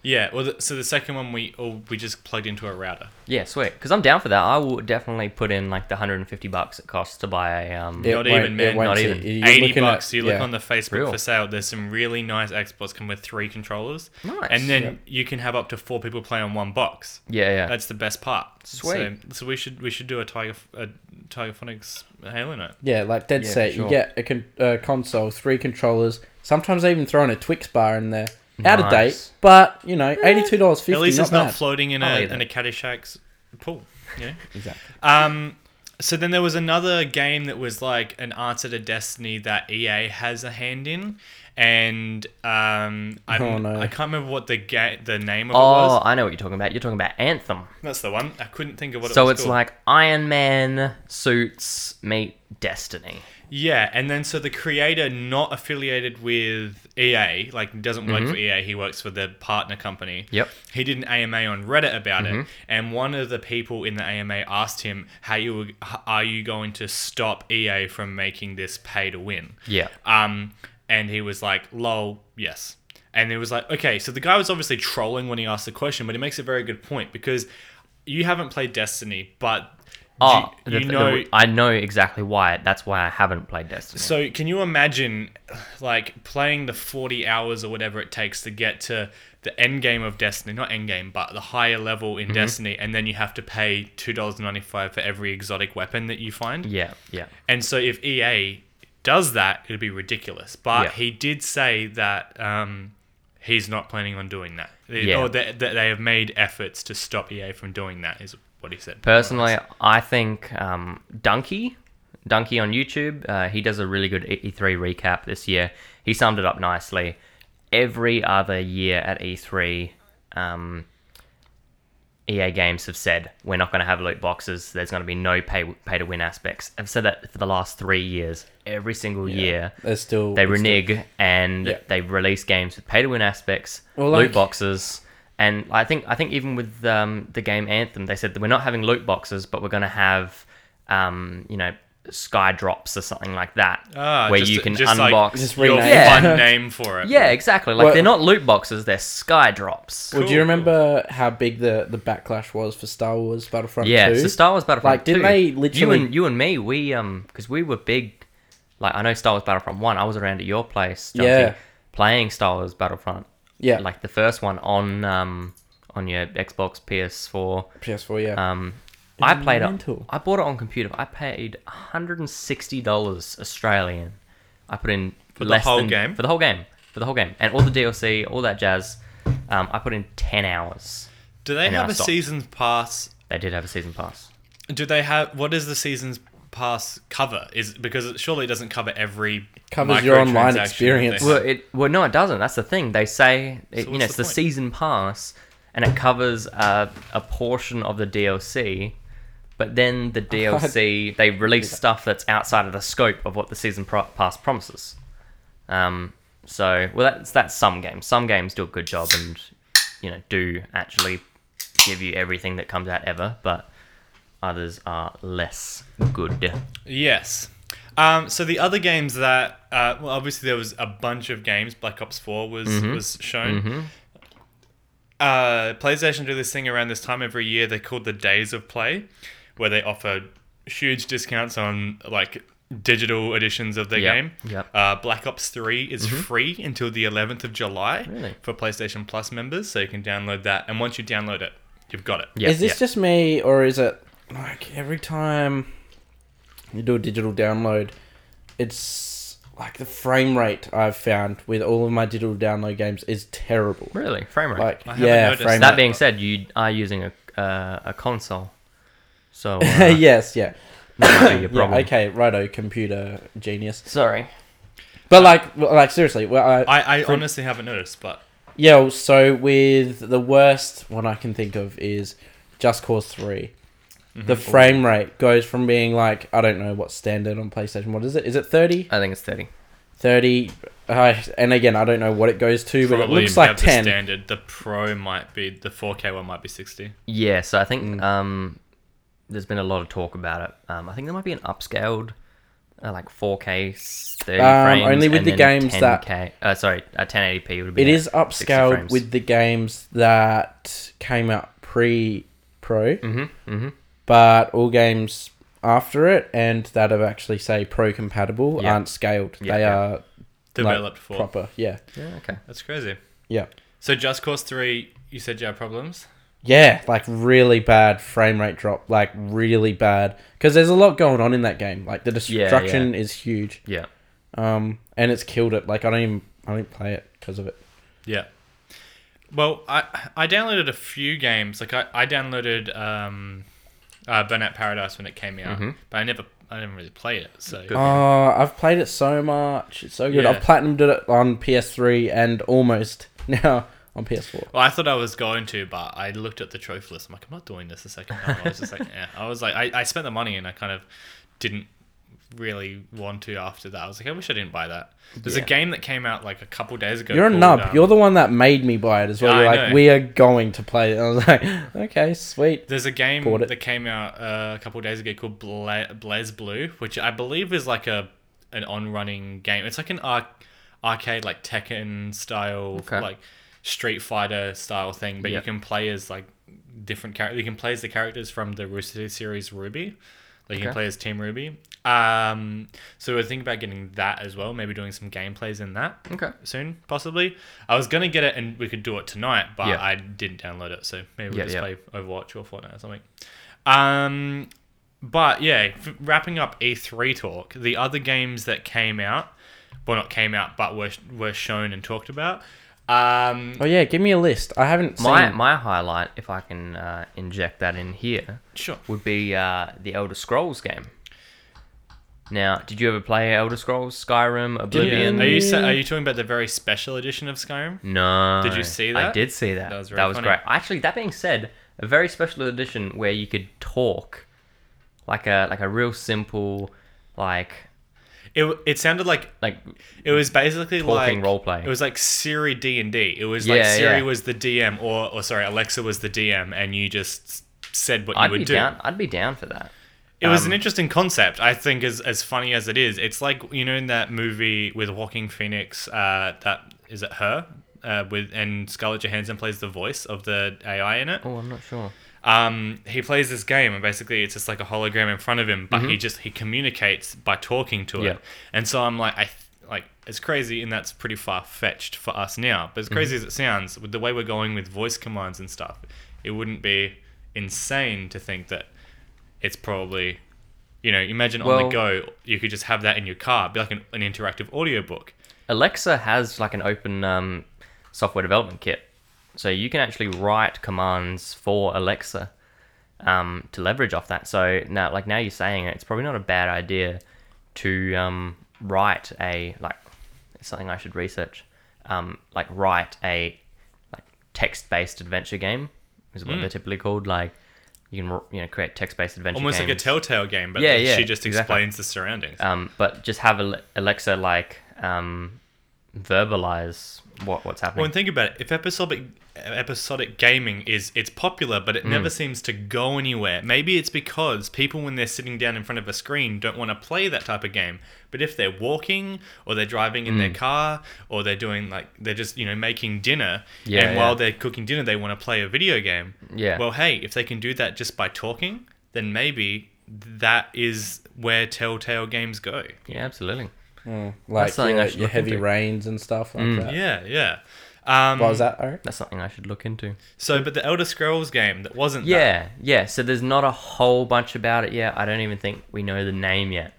Speaker 1: Yeah. Well, the, so the second one we or we just plugged into a router.
Speaker 3: Yeah, sweet. Because I'm down for that. I will definitely put in like the 150 bucks it costs to buy a. Um,
Speaker 2: It
Speaker 1: Not
Speaker 2: won't-
Speaker 1: even, man,
Speaker 2: it won't
Speaker 3: not
Speaker 2: see-
Speaker 3: even.
Speaker 2: you're
Speaker 1: Eighty
Speaker 2: looking at-
Speaker 1: bucks. you look
Speaker 2: yeah.
Speaker 1: on the Facebook
Speaker 3: Real.
Speaker 1: for sale. There's some really nice Xbox come with three controllers.
Speaker 3: Nice.
Speaker 1: And then
Speaker 2: Yep.
Speaker 1: you can have up to four people play on one box.
Speaker 3: Yeah, yeah.
Speaker 1: That's the best part.
Speaker 3: Sweet.
Speaker 1: So, so we should we should do a Tiger a Tiger Phonics Halo night.
Speaker 2: Yeah, like dead
Speaker 3: Yeah,
Speaker 2: set.
Speaker 3: for
Speaker 2: You
Speaker 3: sure.
Speaker 2: get a con- uh, console, three controllers. Sometimes they even throw in a Twix bar in there. Out of
Speaker 3: Nice.
Speaker 2: date, but you know, eighty-two dollars fifty.
Speaker 1: At least
Speaker 2: not
Speaker 1: it's not
Speaker 2: bad.
Speaker 1: floating in
Speaker 3: I'll
Speaker 1: a
Speaker 3: eat
Speaker 1: in a
Speaker 3: it.
Speaker 1: Caddyshack's pool. You
Speaker 3: *laughs*
Speaker 1: know?
Speaker 2: Exactly.
Speaker 1: Um, so then there was another game that was like an answer to Destiny that EA has a hand in, and um, I
Speaker 2: Oh, no.
Speaker 1: I can't remember what the ga- the name of it
Speaker 3: oh,
Speaker 1: was.
Speaker 3: I know what you're talking about. You're talking about Anthem.
Speaker 1: That's the one. I couldn't think of what it
Speaker 3: So
Speaker 1: was.
Speaker 3: it's
Speaker 1: called.
Speaker 3: like Iron Man suits meet Destiny.
Speaker 1: yeah, and then so the creator not affiliated with EA, like doesn't work for EA. He works for the partner company.
Speaker 3: Mm-hmm. Yep. Mm-hmm.
Speaker 1: He did an AMA on Reddit about it, and one of the people in the AMA asked him, "How you were- h- are you going to stop EA from making this pay to win?"
Speaker 3: Yeah.
Speaker 1: Um, and he was like, lol, yes. And it was like, okay, so the guy was obviously trolling when he asked the question, but he makes a very good point because you haven't played Destiny, but
Speaker 3: Oh,
Speaker 1: you,
Speaker 3: the-
Speaker 1: you
Speaker 3: the-
Speaker 1: know.
Speaker 3: I know exactly why. That's why I haven't played Destiny.
Speaker 1: so can you imagine, like, playing the 40 hours or whatever it takes to get to the end game of Destiny, not end game, but the higher level in
Speaker 3: Mm-hmm.
Speaker 1: Destiny, and then you have to pay $2.95 for every exotic weapon that you find?
Speaker 3: yeah, yeah.
Speaker 1: And so if EA does that, it'd be ridiculous. But
Speaker 3: Yeah.
Speaker 1: he did say that um, he's not planning on doing that. They-
Speaker 3: Yeah.
Speaker 1: Or that, that they have made efforts to stop EA from doing that, is what he said.
Speaker 3: Personally, I think um, Donkey, Donkey on YouTube, uh, he does a really good E3 recap this year. He summed it up nicely. Every other year at E3, um, EA Games have said we're not going to have loot boxes. There's going to be no pay pay to win aspects. I've said that for the last three years. Every single year,
Speaker 2: There's still
Speaker 3: they
Speaker 2: it's still-
Speaker 3: renege and
Speaker 2: Yeah.
Speaker 3: they release games with pay to win aspects,
Speaker 2: Well,
Speaker 3: loot
Speaker 2: like-
Speaker 3: boxes, and I think I think even with um, the game Anthem, they said that we're not having loot boxes, but we're going to have um, you know sky drops or something like that,
Speaker 1: Ah,
Speaker 3: where
Speaker 1: just-
Speaker 3: you can
Speaker 1: just like-
Speaker 3: unbox.
Speaker 2: Just
Speaker 1: Your
Speaker 2: rename.
Speaker 3: Yeah.
Speaker 1: fun name for it.
Speaker 3: yeah, exactly. Like
Speaker 2: Well-
Speaker 3: they're not loot boxes; they're sky drops.
Speaker 2: Well, do
Speaker 1: Cool.
Speaker 2: you remember how big the, the backlash was for Star Wars Battlefront
Speaker 3: Yeah,
Speaker 2: 2?
Speaker 3: so Star Wars Battlefront.
Speaker 2: Like, didn't
Speaker 3: 2,
Speaker 2: they
Speaker 3: You
Speaker 2: literally-
Speaker 3: and you and me, we um, because we were big. Like I know Star Wars Battlefront One. I was around at your place. Jonty,
Speaker 2: Yeah.
Speaker 3: Playing Star Wars Battlefront.
Speaker 2: Yeah.
Speaker 3: Like the first one on um on your Xbox PS4.
Speaker 2: PS4, yeah.
Speaker 3: Um, I played it.
Speaker 2: mental.
Speaker 3: I bought it on computer. I paid 160 dollars Australian. I put in for
Speaker 1: the whole game?
Speaker 3: For the whole game. For the whole game and all the DLC, all that jazz. Um, I put in 10 hours.
Speaker 1: Do they
Speaker 3: And now
Speaker 1: have a
Speaker 3: stop.
Speaker 1: season's pass?
Speaker 3: They did have a season pass.
Speaker 1: Do they have. What is the season's pass cover? Is Because it surely doesn't cover every.
Speaker 2: Covers your online
Speaker 1: microtransaction that they
Speaker 2: experience.
Speaker 1: have.
Speaker 3: Well, it well no, it doesn't. That's the thing. They say it, you
Speaker 1: what's
Speaker 3: know
Speaker 1: the
Speaker 3: it's the,
Speaker 1: point?
Speaker 3: season pass, and it covers uh, a portion of the DLC, but then the DLC they release stuff that's outside of the scope of what the season pro- pass promises. Um, so well, that's that's some games. Some games do a good job and you know do actually give you everything that comes out ever, but others are less good.
Speaker 1: Yes. Um, so the other games that uh, well, obviously there was a bunch of games. Black Ops Four was
Speaker 3: Mm-hmm.
Speaker 1: was shown. Uh, PlayStation do this thing around this time every year. They called the Days of Play, where they offer huge discounts on like digital editions of their
Speaker 3: Yep,
Speaker 1: game.
Speaker 3: yep. Mm-hmm.
Speaker 1: Uh, Black Ops Three is free until the 11th of July
Speaker 3: Really?
Speaker 1: for PlayStation Plus members, so you can download that. And once you download it, you've got it.
Speaker 3: Yeah,
Speaker 2: is this
Speaker 3: yeah.
Speaker 2: just me, or is it like every time you do a digital download, it's like the frame rate I've found with all of my digital download games is terrible.
Speaker 3: really frame rate?
Speaker 2: Like,
Speaker 1: I haven't
Speaker 2: yeah,
Speaker 1: noticed
Speaker 2: frame
Speaker 1: that.
Speaker 3: That
Speaker 2: rate.
Speaker 3: being said, you are using a uh, a console,
Speaker 2: *laughs*
Speaker 3: so uh,
Speaker 2: yes, yeah.
Speaker 3: that might be your
Speaker 2: *laughs* Yeah,
Speaker 3: problem.
Speaker 2: okay, righto, computer genius.
Speaker 3: Sorry.
Speaker 2: But like, well, like seriously, well, I,
Speaker 1: I, I honestly haven't noticed, but
Speaker 2: Yeah, so with the worst one I can think of is Just Cause 3.
Speaker 3: Mm-hmm.
Speaker 2: The frame rate goes from being like, I don't know what standard on PlayStation, what is it? Is it 30?
Speaker 3: I think it's thirty.
Speaker 2: 30. Uh, and again, I don't know what it goes to, but it
Speaker 1: probably
Speaker 2: looks like
Speaker 1: about
Speaker 2: 10.
Speaker 1: the standard. The Pro might be the 4K one might be 60.
Speaker 3: Yeah, so I
Speaker 2: Mm.
Speaker 3: think um, there's been a lot of talk about it. Um, I think there might be an upscaled uh, like 4K, 30
Speaker 2: Um,
Speaker 3: frames.
Speaker 2: only with
Speaker 3: and
Speaker 2: the
Speaker 3: then
Speaker 2: games that-
Speaker 3: 10K uh, sorry, uh, 1080p would be.
Speaker 2: It
Speaker 3: at
Speaker 2: is
Speaker 3: 60
Speaker 2: upscaled
Speaker 3: frames.
Speaker 2: with the games that came out pre Pro,
Speaker 3: Mhm, mhm.
Speaker 2: but all games after it and that have actually say Pro compatible
Speaker 3: Yeah.
Speaker 2: aren't scaled.
Speaker 3: Yeah,
Speaker 2: they
Speaker 3: yeah.
Speaker 2: are
Speaker 1: Developed
Speaker 2: like,
Speaker 1: for.
Speaker 2: proper. Yeah,
Speaker 3: Yeah, okay.
Speaker 1: That's crazy.
Speaker 2: yeah,
Speaker 1: So Just Cause 3, you said you had problems?
Speaker 2: yeah. Like really bad frame rate drop. Like really bad because there's a lot going on in that game. Like the
Speaker 3: yeah.
Speaker 2: destruction is huge.
Speaker 3: Yeah.
Speaker 2: Um, and it's killed it. Like I don't even I don't play it because of it.
Speaker 1: Yeah. Well, I I downloaded a few games. Like I, I downloaded um, uh, Burnout Paradise when it came out,
Speaker 2: Mm-hmm.
Speaker 1: but I never I didn't really play it. So
Speaker 2: Oh, I've played it so much. It's so good.
Speaker 1: Yeah.
Speaker 2: I've platinumed it on PS3 and almost *laughs* now on PS4.
Speaker 1: well, I thought I was going to, but I looked at the trophy list. I'm like, I'm not doing this the second time. I was just
Speaker 2: *laughs*
Speaker 1: like, yeah. I was like, I, I spent the money and I kind of didn't really want to after that. I was like, I wish I didn't buy that. There's
Speaker 3: Yeah.
Speaker 1: a game that came out like a couple days ago.
Speaker 2: You're a
Speaker 1: called,
Speaker 2: nub.
Speaker 1: um,
Speaker 2: You're the one that made me buy it as well.
Speaker 1: Yeah,
Speaker 2: You're
Speaker 1: I
Speaker 2: like,
Speaker 1: know.
Speaker 2: we are going to play it. *laughs* And I was like, okay, sweet.
Speaker 1: There's a game
Speaker 2: Bought it.
Speaker 1: that came out uh, a couple of days ago called Bla- Blaze Blue, which I believe is like a an on-running game. It's like an arc- arcade, like Tekken style,
Speaker 3: Okay.
Speaker 1: like Street Fighter style thing, but
Speaker 3: Yep.
Speaker 1: you can play as like different characters. You can play as the characters from the Rooster series Ruby. Like you can
Speaker 3: Okay.
Speaker 1: play as Team Ruby. Um, so we're thinking about getting that as well. Maybe doing some gameplays in that
Speaker 3: Okay.
Speaker 1: soon, possibly. I was gonna get it and we could do it tonight, but
Speaker 3: Yeah.
Speaker 1: I didn't download it, so maybe we'll
Speaker 3: Yeah,
Speaker 1: just
Speaker 3: yeah.
Speaker 1: play Overwatch or Fortnite or something. Um, but yeah, f- wrapping up E3 talk, the other games that came out, well, not came out, but were were shown and talked about. Um,
Speaker 2: Oh, yeah, give me a list. I haven't seen.
Speaker 3: My my highlight, if I can uh, inject that in here,
Speaker 1: sure.
Speaker 3: would be uh, the Elder Scrolls game. Now, did you ever play Elder Scrolls, Skyrim,
Speaker 1: Yeah.
Speaker 3: Oblivion?
Speaker 1: Are you sa- are you talking about the very special edition of Skyrim?
Speaker 3: No.
Speaker 1: Did you see
Speaker 3: I
Speaker 1: that?
Speaker 3: did see
Speaker 1: That
Speaker 3: that. That
Speaker 1: was
Speaker 3: was,
Speaker 1: very funny.
Speaker 3: great. Actually, that being said, a very special edition where you could talk, like a like a real simple, like
Speaker 1: It w- it sounded like
Speaker 3: like
Speaker 1: It was basically
Speaker 3: Talking
Speaker 1: like
Speaker 3: roleplay.
Speaker 1: It was like Siri D and D. It was like
Speaker 3: Yeah,
Speaker 1: Siri
Speaker 3: yeah.
Speaker 1: was the DM, or or sorry, Alexa was the DM, and you just said what
Speaker 3: I'd
Speaker 1: you would
Speaker 3: be
Speaker 1: do.
Speaker 3: down. I'd be down for that.
Speaker 1: It was
Speaker 3: um,
Speaker 1: an interesting concept. I think as as funny as it is, it's like you know in that movie with Walking Phoenix. Uh, that is it. Her. Uh, with and Scarlett Johansson plays the voice of the AI in it.
Speaker 3: Oh, I'm not sure.
Speaker 1: Um, he plays this game, and basically it's just like a hologram in front of him, but he just he communicates by talking to
Speaker 3: Mm-hmm. Yeah.
Speaker 1: it. And so I'm like, I th- like it's crazy, and that's pretty far fetched for us now. But as crazy
Speaker 3: Mm-hmm.
Speaker 1: as it sounds, with the way we're going with voice commands and stuff, it wouldn't be insane to think that it's probably, you know, imagine on the
Speaker 3: Well-
Speaker 1: go, you could just have that in your car, be like an, an interactive audiobook.
Speaker 3: Alexa has like an open um, software development kit, so you can actually write commands for Alexa um, to leverage off that. So now, like now you're saying it, it's probably not a bad idea to um, write a like it's something I should research. Um, like write a like text-based adventure game is what
Speaker 1: Hmm.
Speaker 3: they're typically called. Like you can you know create text-based adventure
Speaker 1: Almost like a
Speaker 3: games.
Speaker 1: telltale game, but
Speaker 3: Yeah,
Speaker 1: then
Speaker 3: yeah,
Speaker 1: she just
Speaker 3: exactly.
Speaker 1: explains the surroundings.
Speaker 3: Um, but just have Ale- Alexa like um, verbalize what what's happening.
Speaker 1: Well, and think about it. If episodic episodic gaming is it's popular, but it
Speaker 3: Mm.
Speaker 1: never seems to go anywhere. Maybe it's because people, when they're sitting down in front of a screen, don't want to play that type of game. But if they're walking, or they're driving in
Speaker 3: Mm.
Speaker 1: their car, or they're doing like they're just you know making dinner,
Speaker 3: Yeah,
Speaker 1: and while
Speaker 3: yeah.
Speaker 1: they're cooking dinner, they want to play a video game.
Speaker 3: Yeah.
Speaker 1: Well, hey, if they can do that just by talking, then maybe that is where Telltale games go.
Speaker 3: Yeah, absolutely.
Speaker 2: mm, like
Speaker 3: something I
Speaker 2: your,
Speaker 3: should
Speaker 2: your
Speaker 3: look
Speaker 2: heavy
Speaker 3: into.
Speaker 2: rains and stuff like that.
Speaker 1: Yeah, yeah. Um,
Speaker 2: What was that, Ari?
Speaker 3: That's something I should look into.
Speaker 1: So, but the Elder Scrolls game that wasn't that.
Speaker 3: Yeah, yeah. So there's not a whole bunch about it yet. I don't even think we know the name yet.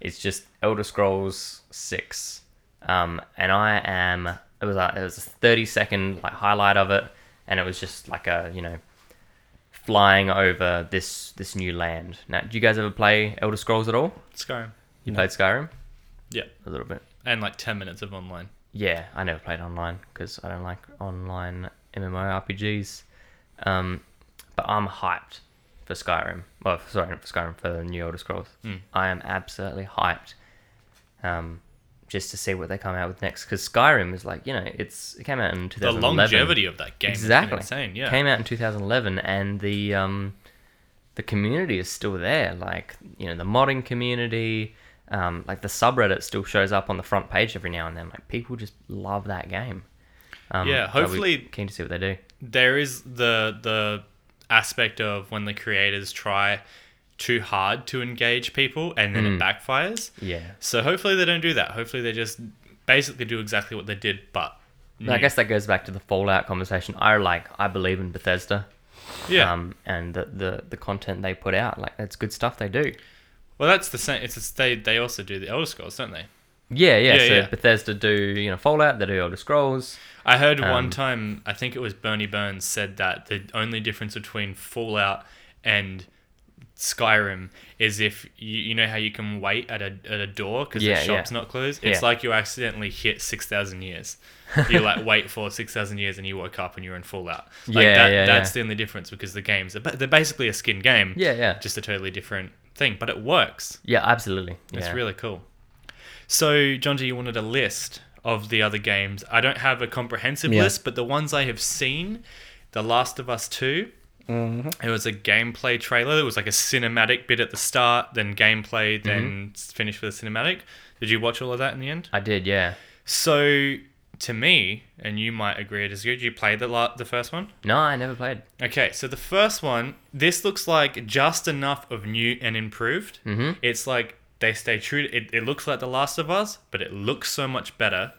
Speaker 3: It's just Elder Scrolls Six, um, and I am. It was a, it was a 30 second like highlight of it, and it was just like a you know, flying over this this new land. Now, do you guys ever play Elder Scrolls at all?
Speaker 1: Skyrim.
Speaker 3: You played Skyrim
Speaker 1: Yeah.
Speaker 3: a little bit.
Speaker 1: and like 10 minutes of online.
Speaker 3: yeah, I never played online because I don't like online MMORPGs. Um, but I'm hyped for Skyrim. Well, sorry, not for Skyrim, for the New Elder Scrolls.
Speaker 1: Hmm.
Speaker 3: I am absolutely hyped um, just to see what they come out with next because Skyrim is like, you know, it's it came out in 2011.
Speaker 1: The longevity of that game
Speaker 3: Exactly.
Speaker 1: is insane. Yeah.
Speaker 3: Came out in 2011, and the um, the community is still there. Like you know, the modding community, um, like the subreddit still shows up on the front page every now and then. Like people just love that game. Um,
Speaker 1: Yeah,
Speaker 3: so I'll be
Speaker 1: hopefully-
Speaker 3: keen to see what they do.
Speaker 1: there is the the aspect of when the creators try too hard to engage people and then it backfires.
Speaker 3: Mm. Yeah.
Speaker 1: So hopefully they don't do that. Hopefully they just basically do exactly what they did, but
Speaker 3: But I guess that goes back to the Fallout conversation. I like I believe in Bethesda.
Speaker 1: yeah.
Speaker 3: Um, and the, the the content they put out, like that's good stuff they do.
Speaker 1: well, that's the same. It's just they they also do the Elder Scrolls, don't they?
Speaker 3: Yeah, yeah.
Speaker 1: Yeah,
Speaker 3: so
Speaker 1: yeah.
Speaker 3: Bethesda do you know Fallout? They do Elder Scrolls.
Speaker 1: I heard
Speaker 3: Um,
Speaker 1: one time, I think it was Bernie Burns said that the only difference between Fallout and Skyrim is if you, you know how you can wait at a, at a door because
Speaker 3: Yeah,
Speaker 1: the shop's
Speaker 3: yeah.
Speaker 1: not closed.
Speaker 3: Yeah.
Speaker 1: It's like you accidentally hit six thousand
Speaker 3: *laughs*
Speaker 1: years. You like wait for six thousand years and you woke up and you're in Fallout. Like
Speaker 3: Yeah,
Speaker 1: that,
Speaker 3: yeah,
Speaker 1: That's
Speaker 3: yeah.
Speaker 1: the only difference because the games are ba- they're basically a skin game.
Speaker 3: Yeah, yeah.
Speaker 1: Just a totally different thing, but it works.
Speaker 3: Yeah, absolutely. Yeah.
Speaker 1: It's really cool. So, John G, you wanted a list of the other games. I don't have a comprehensive
Speaker 2: Yeah.
Speaker 1: list, but the ones I have seen, The Last of Us 2. It was a gameplay trailer. It was like a cinematic bit at the start, then gameplay, then s finish with a cinematic. Did you watch all of that in the end?
Speaker 3: I did. Yeah.
Speaker 1: So, to me, and you might agree it is good. You played the la- the first one.
Speaker 3: No, I never played.
Speaker 1: Okay, so the first one, this looks like just enough of new and improved. Mm-hmm. It's like they stay true. to- It, it looks like The Last of Us, but it looks so much better,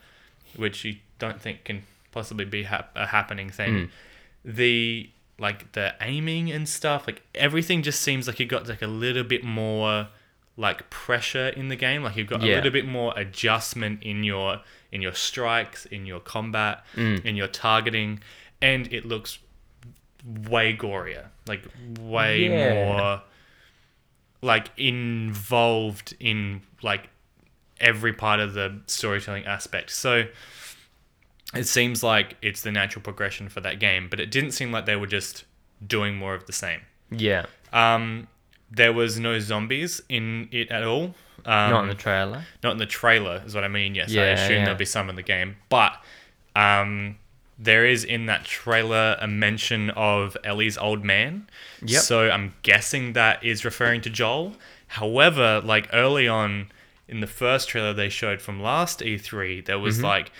Speaker 1: which you don't think can possibly be hap- a happening thing. The like the aiming and stuff, like everything just seems like you got like a little bit more like pressure in the game. Like you've got a
Speaker 3: Yeah.
Speaker 1: little bit more adjustment in your in your strikes, in your combat, in your targeting, and it looks way gorier, like way
Speaker 3: Yeah.
Speaker 1: more like involved in like every part of the storytelling aspect. So it seems like it's the natural progression for that game, but it didn't seem like they were just doing more of the same.
Speaker 3: Yeah.
Speaker 1: Um, there was no zombies in it at all. Um,
Speaker 3: Not in the trailer.
Speaker 1: not in the trailer is what I mean. Yes, I
Speaker 3: Yeah,
Speaker 1: assume
Speaker 3: yeah.
Speaker 1: there'll be some in the game, but um, there is in that trailer a mention of Ellie's old man.
Speaker 3: Yep.
Speaker 1: So I'm guessing that is referring to Joel. However, like early on in the first trailer they showed from last E3, there
Speaker 3: Mm-hmm.
Speaker 1: was like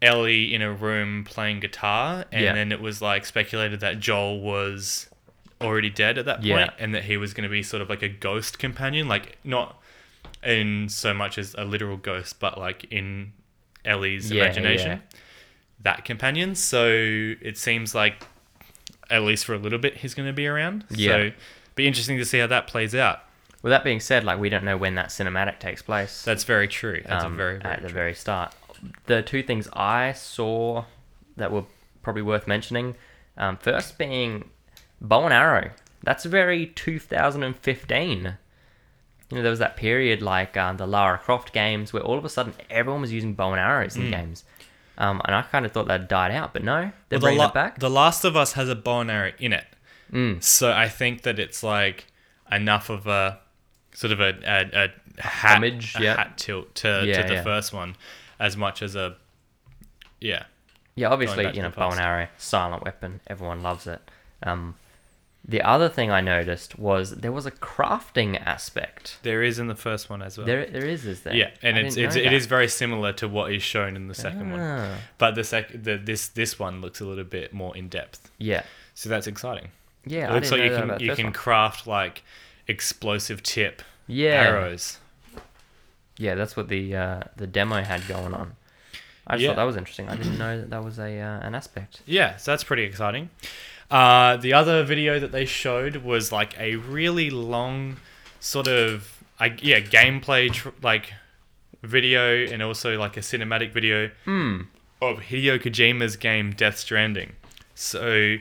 Speaker 1: Ellie in a room playing guitar, and
Speaker 3: Yeah.
Speaker 1: then it was like speculated that Joel was already dead at that point,
Speaker 3: Yeah.
Speaker 1: and that he was going to be sort of like a ghost companion, like not in so much as a literal ghost, but like in Ellie's
Speaker 3: Yeah,
Speaker 1: imagination,
Speaker 3: yeah.
Speaker 1: that companion. So it seems like, at least for a little bit, he's going to be around.
Speaker 3: Yeah.
Speaker 1: So be interesting to see how that plays out.
Speaker 3: With that being said, like we don't know when that cinematic takes place.
Speaker 1: That's very true. That's a
Speaker 3: um,
Speaker 1: very, very
Speaker 3: at the
Speaker 1: true-
Speaker 3: very start. The two things I saw that were probably worth mentioning, um, first being bow and arrow. That's very 2015. You know, there was that period like um, the Lara Croft games where all of a sudden everyone was using bow and arrows
Speaker 1: Hmm.
Speaker 3: in games, um, and I kind of thought that died out, but no, they're
Speaker 1: Well,
Speaker 3: bringing
Speaker 1: the,
Speaker 3: it back. Mm.
Speaker 1: the Last of Us has a bow and arrow in it. So I think that it's like enough of a sort of a, a, a hat,
Speaker 3: Homage,
Speaker 1: a
Speaker 3: yeah.
Speaker 1: hat tilt to,
Speaker 3: Yeah,
Speaker 1: to the
Speaker 3: yeah.
Speaker 1: first one as much as a, yeah.
Speaker 3: Yeah, obviously,
Speaker 1: back to
Speaker 3: you know,
Speaker 1: the
Speaker 3: bow and
Speaker 1: past.
Speaker 3: arrow, silent weapon, everyone loves it. Um, the other thing I noticed was there was a crafting aspect.
Speaker 1: There is in the first one as well.
Speaker 3: There, there is, is there?
Speaker 1: yeah, and
Speaker 3: I
Speaker 1: it's,
Speaker 3: didn't
Speaker 1: it's
Speaker 3: know
Speaker 1: it
Speaker 3: that.
Speaker 1: is very similar to what is shown in the second one,
Speaker 3: Ah,
Speaker 1: but the sec the, this this one looks a little bit more in depth.
Speaker 3: yeah,
Speaker 1: So that's exciting.
Speaker 3: yeah.
Speaker 1: it looks
Speaker 3: I
Speaker 1: like
Speaker 3: didn't
Speaker 1: you
Speaker 3: know that
Speaker 1: can
Speaker 3: about
Speaker 1: you
Speaker 3: this
Speaker 1: can
Speaker 3: one.
Speaker 1: craft like explosive tip
Speaker 3: yeah,
Speaker 1: arrows.
Speaker 3: yeah. That's what the uh, the demo had going on. I just
Speaker 1: Yeah.
Speaker 3: thought that was interesting. I didn't know that that was a uh, an aspect.
Speaker 1: Yeah, so that's pretty exciting. Uh, the other video that they showed was like a really long sort of I, yeah gameplay tr- like video and also like a cinematic video of Hideo Kojima's game Death Stranding. So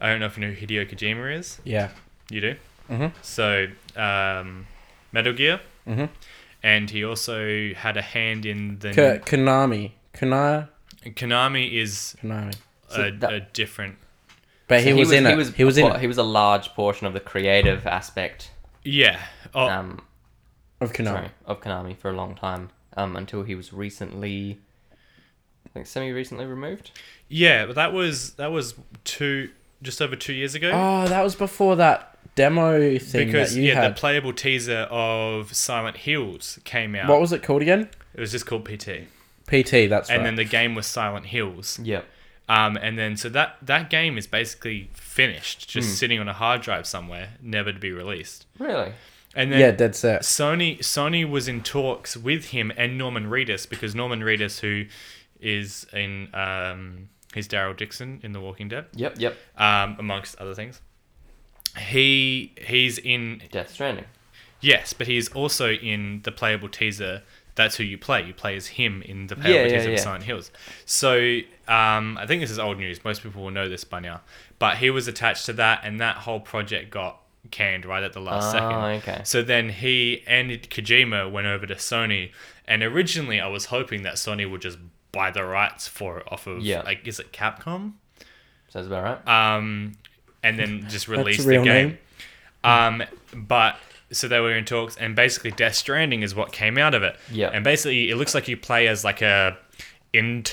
Speaker 1: I don't know if you know who Hideo Kojima is.
Speaker 2: Yeah.
Speaker 1: You do.
Speaker 2: Mhm.
Speaker 1: So um, Metal Gear,
Speaker 2: Mhm.
Speaker 1: and he also had a hand in the
Speaker 2: K- Konami. Kana.
Speaker 1: Konami is
Speaker 2: Konami.
Speaker 3: So
Speaker 1: a,
Speaker 3: that-
Speaker 1: a different
Speaker 2: But he, was, in it. he was in
Speaker 3: He
Speaker 2: it.
Speaker 3: was a large portion of the creative aspect
Speaker 1: yeah. Oh,
Speaker 3: um,
Speaker 2: Of Konami.
Speaker 3: sorry, of Konami for a long time um, until he was recently, I think, semi-recently removed.
Speaker 1: Yeah, but that was that was two just over two years ago.
Speaker 2: Oh, that was before that demo thing
Speaker 1: because
Speaker 2: Oh, that you
Speaker 1: yeah,
Speaker 2: had.
Speaker 1: the playable teaser of Silent Hills came out.
Speaker 2: what was it called again?
Speaker 1: it was just called PT.
Speaker 2: PT. That's
Speaker 1: and
Speaker 2: right.
Speaker 1: then the game was Silent Hills.
Speaker 3: Yep.
Speaker 1: Um, and then so that that game is basically finished,
Speaker 2: Hmm.
Speaker 1: just sitting on a hard drive somewhere, never to be released.
Speaker 3: Really?
Speaker 1: And then
Speaker 2: yeah, dead set.
Speaker 1: Sony Sony was in talks with him and Norman Reedus because Norman Reedus, who is in um, he's Daryl Dixon in The Walking Dead,
Speaker 3: Yep. Yep.
Speaker 1: um, amongst other things. He he's in
Speaker 3: Death Stranding.
Speaker 1: yes, but he's also in the playable teaser. That's who you play. You play as him in the
Speaker 3: Yeah,
Speaker 1: playable
Speaker 3: yeah,
Speaker 1: teaser
Speaker 3: yeah.
Speaker 1: of Silent Hills. So um, I think this is old news. Most people will know this by now. But he was attached to that, and that whole project got canned right at the last second.
Speaker 3: Oh, okay.
Speaker 1: So then he and Kojima went over to Sony, and originally I was hoping that Sony would just buy the rights for it off of
Speaker 3: Yeah.
Speaker 1: like is it Capcom?
Speaker 3: Sounds about right.
Speaker 1: Um, and
Speaker 2: *laughs*
Speaker 1: then just release the
Speaker 2: real
Speaker 1: game.
Speaker 2: name.
Speaker 1: Um, but so they were in talks, and basically Death Stranding is what came out of it.
Speaker 3: Yeah.
Speaker 1: And basically, it looks like you play as like a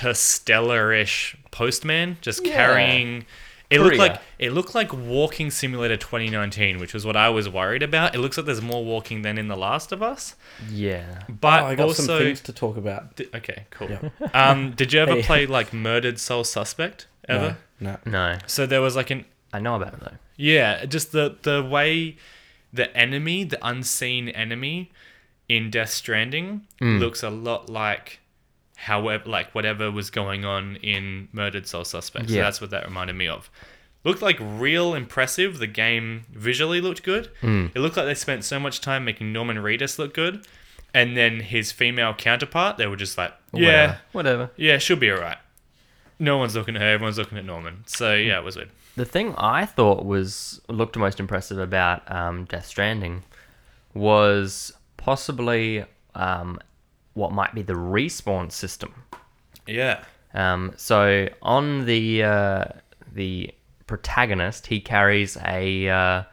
Speaker 1: interstellar-ish postman, just
Speaker 3: Yeah.
Speaker 1: carrying. It looked
Speaker 3: Courier.
Speaker 1: like it looked like Walking Simulator 2019, which was what I was worried about. It looks like there's more walking than in The Last of Us,
Speaker 3: yeah.
Speaker 1: but
Speaker 2: oh, I got some
Speaker 1: also
Speaker 2: things to talk about.
Speaker 1: Di- okay, cool. Um, did you ever
Speaker 2: *laughs* Hey.
Speaker 1: play like Murdered Soul Suspect ever?
Speaker 2: No. no.
Speaker 3: No.
Speaker 1: So there was like an
Speaker 3: I know about it though.
Speaker 1: yeah, just the the way the enemy, the unseen enemy in Death Stranding
Speaker 3: Mm.
Speaker 1: looks a lot like however like whatever was going on in Murdered Soul Suspect. So
Speaker 3: Yeah.
Speaker 1: that's what that reminded me of. Looked like real impressive. The game visually looked good.
Speaker 3: Mm.
Speaker 1: It looked like they spent so much time making Norman Reedus look good. And then his female counterpart, they were just like, Yeah,
Speaker 3: Whatever. Whatever.
Speaker 1: yeah, she'll be alright. No one's looking at her, everyone's looking at Norman. So yeah, it was weird.
Speaker 3: The thing I thought was looked most impressive about um, Death Stranding was possibly um, what might be the respawn system.
Speaker 1: Yeah.
Speaker 3: Um, so on the uh, the protagonist, he carries a uh,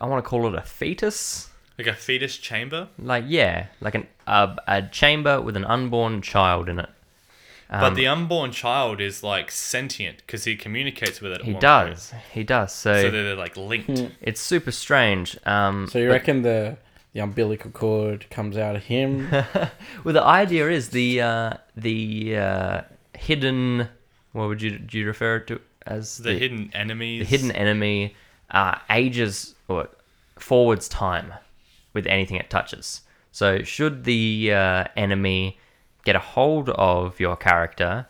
Speaker 3: I want to call it a fetus,
Speaker 1: Like a fetus chamber.
Speaker 3: like yeah, like an a, a chamber with an unborn child in it. Um,
Speaker 1: But the unborn child is like sentient because he communicates with it. at
Speaker 3: He
Speaker 1: one
Speaker 3: does, he does. So,
Speaker 1: point. So they're like
Speaker 2: Hmm.
Speaker 1: linked.
Speaker 3: it's super strange. Um,
Speaker 2: So you reckon the the umbilical cord comes out of him?
Speaker 3: *laughs* Well, the idea is the uh, the uh, hidden. What would you do? You refer it to as
Speaker 1: the hidden enemies.
Speaker 3: the hidden enemy uh, ages or forwards time with anything it touches. So, should the uh, enemy get a hold of your character,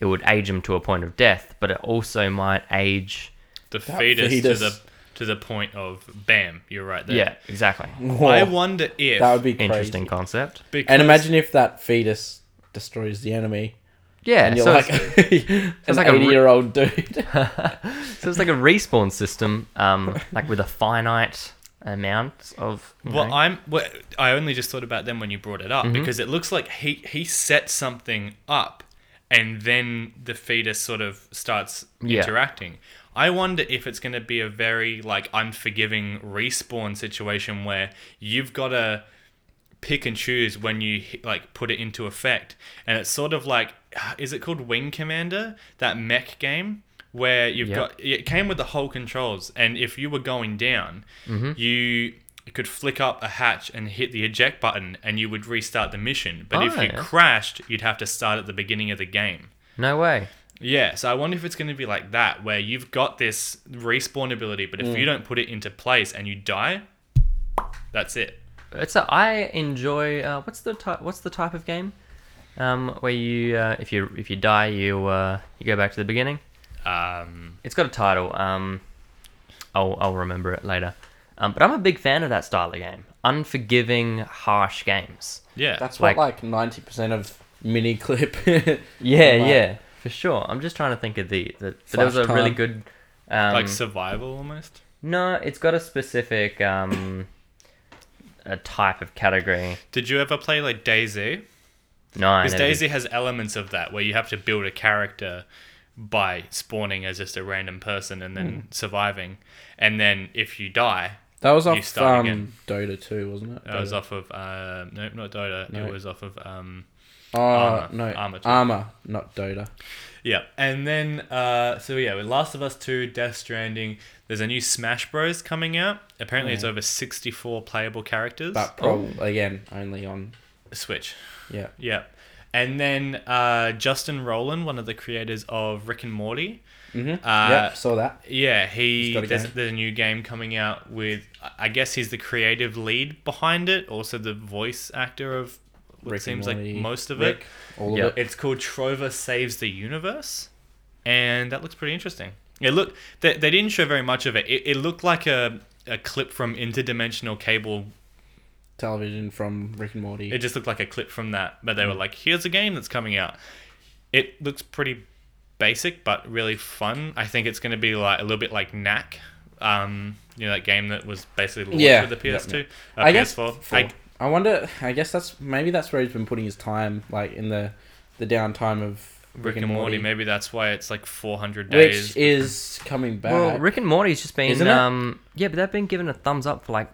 Speaker 3: it would age him to a point of death, but it also might age.
Speaker 1: The
Speaker 2: That
Speaker 1: fetus,
Speaker 2: fetus.
Speaker 1: to the to the point of bam. You're right there.
Speaker 3: Yeah, exactly.
Speaker 1: I wonder if
Speaker 2: that would be crazy.
Speaker 3: Interesting concept.
Speaker 1: because,
Speaker 2: And imagine if that fetus destroys the enemy,
Speaker 3: Yeah,
Speaker 2: and you're
Speaker 3: so
Speaker 2: like *laughs*
Speaker 3: it's,
Speaker 2: an
Speaker 3: like a re-
Speaker 2: eighty-year-old
Speaker 3: *laughs*
Speaker 2: dude.
Speaker 3: so it's like a respawn system, um, like with a finite amount of. you
Speaker 1: Well,
Speaker 3: know,
Speaker 1: I'm. Well, I only just thought about them when you brought it up because it looks like he he set something up, and then the fetus sort of starts
Speaker 3: Yeah.
Speaker 1: interacting. I wonder if it's going to be a very like unforgiving respawn situation where you've got to pick and choose when you hi- like put it into effect, and it's sort of like *sighs* is it called Wing Commander that mech game? Where you've
Speaker 3: Yeah.
Speaker 1: got it came with the whole controls, and if you were going down, you could flick up a hatch and hit the eject button, and you would restart the mission. But if
Speaker 3: Oh,
Speaker 1: you
Speaker 3: yeah.
Speaker 1: crashed, you'd have to start at the beginning of the game.
Speaker 3: no way.
Speaker 1: Yeah, so I wonder if it's going to be like that, where you've got this respawn ability, but if you don't put it into place and you die, that's it.
Speaker 3: It's a, I enjoy. Uh, what's the type? What's the type of game? Um, where you, uh, if you, if you die, you, uh, you go back to the beginning.
Speaker 1: Um,
Speaker 3: It's got a title. Um, I'll, I'll remember it later. Um, but I'm a big fan of that style of game. Unforgiving, harsh games.
Speaker 1: yeah,
Speaker 2: That's
Speaker 3: Like-
Speaker 2: what like ninety percent of mini *laughs* clip.
Speaker 3: Yeah,
Speaker 2: Like-
Speaker 3: yeah, for sure. I'm just trying to think of the. the but there was a
Speaker 2: Flash
Speaker 3: really
Speaker 2: time.
Speaker 3: good. Um,
Speaker 1: like survival almost.
Speaker 3: no, it's got a specific um, a type of category.
Speaker 1: Did you ever play like Daisy?
Speaker 3: No, I
Speaker 1: Because
Speaker 3: never did.
Speaker 1: Daisy has elements of that where you have to build a character by spawning as just a random person and then surviving, and then if you die,
Speaker 2: that was
Speaker 1: You
Speaker 2: off
Speaker 1: start
Speaker 2: um,
Speaker 1: again.
Speaker 2: Dota two, wasn't it?
Speaker 1: that was
Speaker 2: Dota.
Speaker 1: off of uh, nope, not Dota.
Speaker 2: No.
Speaker 1: It was off of um,
Speaker 2: Oh
Speaker 1: Armor.
Speaker 2: no,
Speaker 1: Armor
Speaker 2: armor,
Speaker 1: too.
Speaker 2: not Dota.
Speaker 1: Yeah, and then uh, so yeah, with Last of Us Two, Death Stranding. There's a new Smash Bros coming out. Apparently, it's over 64 playable characters. Oh,
Speaker 2: But
Speaker 3: Oh.
Speaker 2: probably again only on
Speaker 1: Switch.
Speaker 2: yeah.
Speaker 1: Yeah. And then uh, Justin Rowland, one of the creators of Rick and Morty.
Speaker 2: Mm-hmm.
Speaker 1: Uh,
Speaker 2: yep, saw that.
Speaker 1: Yeah, he
Speaker 2: He's got a
Speaker 1: there's,
Speaker 2: game.
Speaker 1: there's a new game coming out with I- I guess he's the creative lead behind it, also the voice actor of what
Speaker 2: Rick and
Speaker 1: seems like
Speaker 2: Morty,
Speaker 1: most of
Speaker 2: Rick, All
Speaker 3: Yeah.
Speaker 2: of
Speaker 1: it. It's called Trover Saves the Universe, and that looks pretty interesting. Yeah, look, they, they didn't show very much of it. It, it looked like a, a clip from interdimensional cable.
Speaker 2: television from Rick and Morty.
Speaker 1: It just looked like a clip from that, but
Speaker 2: Mm.
Speaker 1: they were like, "Here's a game that's coming out." It looks pretty basic, but really fun. I think it's going to be like a little bit like Knack, um, you know, that game that was basically launched
Speaker 2: Yeah.
Speaker 1: with the
Speaker 2: Yeah,
Speaker 1: PS2, uh,
Speaker 2: I guess
Speaker 1: PS4.
Speaker 2: four. I, wonder. I guess that's maybe that's where he's been putting his time, like in the the downtime of
Speaker 1: Rick and Morty. Maybe that's why it's like 400 days.
Speaker 2: which is coming back.
Speaker 3: Well, Rick and Morty's just been
Speaker 2: Isn't it?
Speaker 3: um yeah, but they've been given a thumbs up for like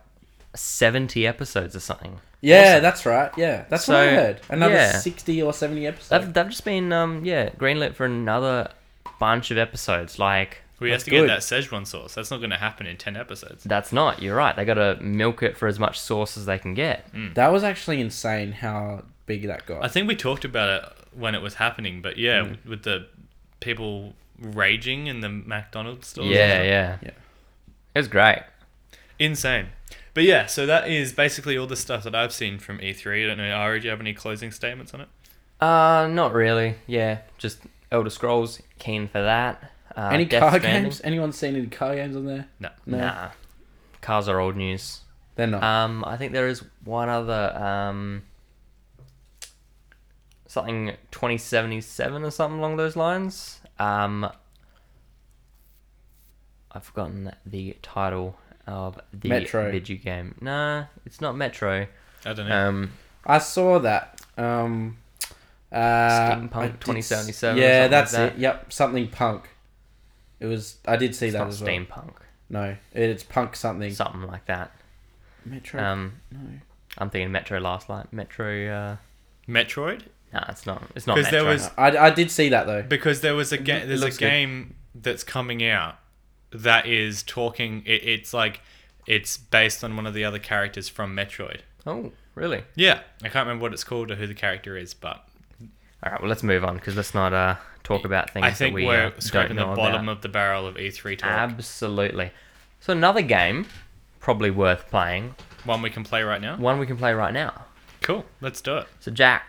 Speaker 3: seventy episodes or something.
Speaker 2: yeah, that's right. Yeah, that's what I
Speaker 3: So,
Speaker 2: heard. Another
Speaker 3: yeah.
Speaker 2: sixty or seventy episodes.
Speaker 3: They've, they've just been um yeah greenlit for another bunch of episodes. Like
Speaker 1: we have
Speaker 2: that's
Speaker 1: to get
Speaker 2: good.
Speaker 1: that Szechuan sauce. That's not going to happen in 10 episodes.
Speaker 3: that's not. You're right. They got to milk it for as much sauce as they can get.
Speaker 2: That was actually insane how big that got.
Speaker 1: Hmm. I think we talked about it when it was happening, but yeah,
Speaker 2: Mm.
Speaker 1: with the people raging in the McDonald's stores. and
Speaker 3: Yeah,
Speaker 1: stuff.
Speaker 3: yeah,
Speaker 2: Yeah.
Speaker 3: It was great.
Speaker 1: Insane. But yeah, so that is basically all the stuff that I've seen from E3. I don't know, Ari, do you have any closing statements on it?
Speaker 3: Uh, not really. Yeah, just Elder Scrolls. Keen for that. Uh,
Speaker 2: any
Speaker 3: Death
Speaker 2: car
Speaker 3: Stranding?
Speaker 2: games? Anyone seen any car games on there?
Speaker 1: No.
Speaker 2: No,
Speaker 3: Nah, cars are old news.
Speaker 2: they're not.
Speaker 3: Um, I think there is one other um, something twenty seventy seven or something along those lines. Um, I've forgotten the title of the
Speaker 2: Metro.
Speaker 3: video game. Nah, it's not Metro.
Speaker 1: I don't know.
Speaker 3: Um,
Speaker 2: I saw that. Um, uh,
Speaker 3: Steampunk
Speaker 2: I did-
Speaker 3: 2077 or something
Speaker 2: Yeah,
Speaker 3: like
Speaker 2: that's
Speaker 3: that.
Speaker 2: it. Yep, something punk. It was. I did see
Speaker 3: it's
Speaker 2: that
Speaker 3: not
Speaker 2: as well.
Speaker 3: steampunk.
Speaker 2: No, it's punk something.
Speaker 3: Something like that.
Speaker 2: Metro.
Speaker 3: Um,
Speaker 2: no.
Speaker 3: I'm thinking Metro Last Light. Metro. Uh,
Speaker 1: Metroid?
Speaker 3: nah, it's not. It's not
Speaker 1: 'Cause
Speaker 3: Metro.
Speaker 1: there was-
Speaker 2: I, I did see that though.
Speaker 1: Because there was a game.
Speaker 2: it
Speaker 1: There's a
Speaker 2: looks good.
Speaker 1: game that's coming out that is talking. It, it's like it's based on one of the other characters from Metroid.
Speaker 3: Oh, really?
Speaker 1: Yeah, I can't remember what it's called or who the character is, but
Speaker 3: All right. Well, let's move on because let's not uh, talk about things
Speaker 1: I think
Speaker 3: that we
Speaker 1: we're
Speaker 3: uh,
Speaker 1: scraping
Speaker 3: don't know
Speaker 1: the bottom
Speaker 3: about.
Speaker 1: of the barrel of E3 talk.
Speaker 3: Absolutely. So another game, probably worth playing.
Speaker 1: One we can play right now.
Speaker 3: One we can play right now.
Speaker 1: Cool, let's do it.
Speaker 3: So Jack,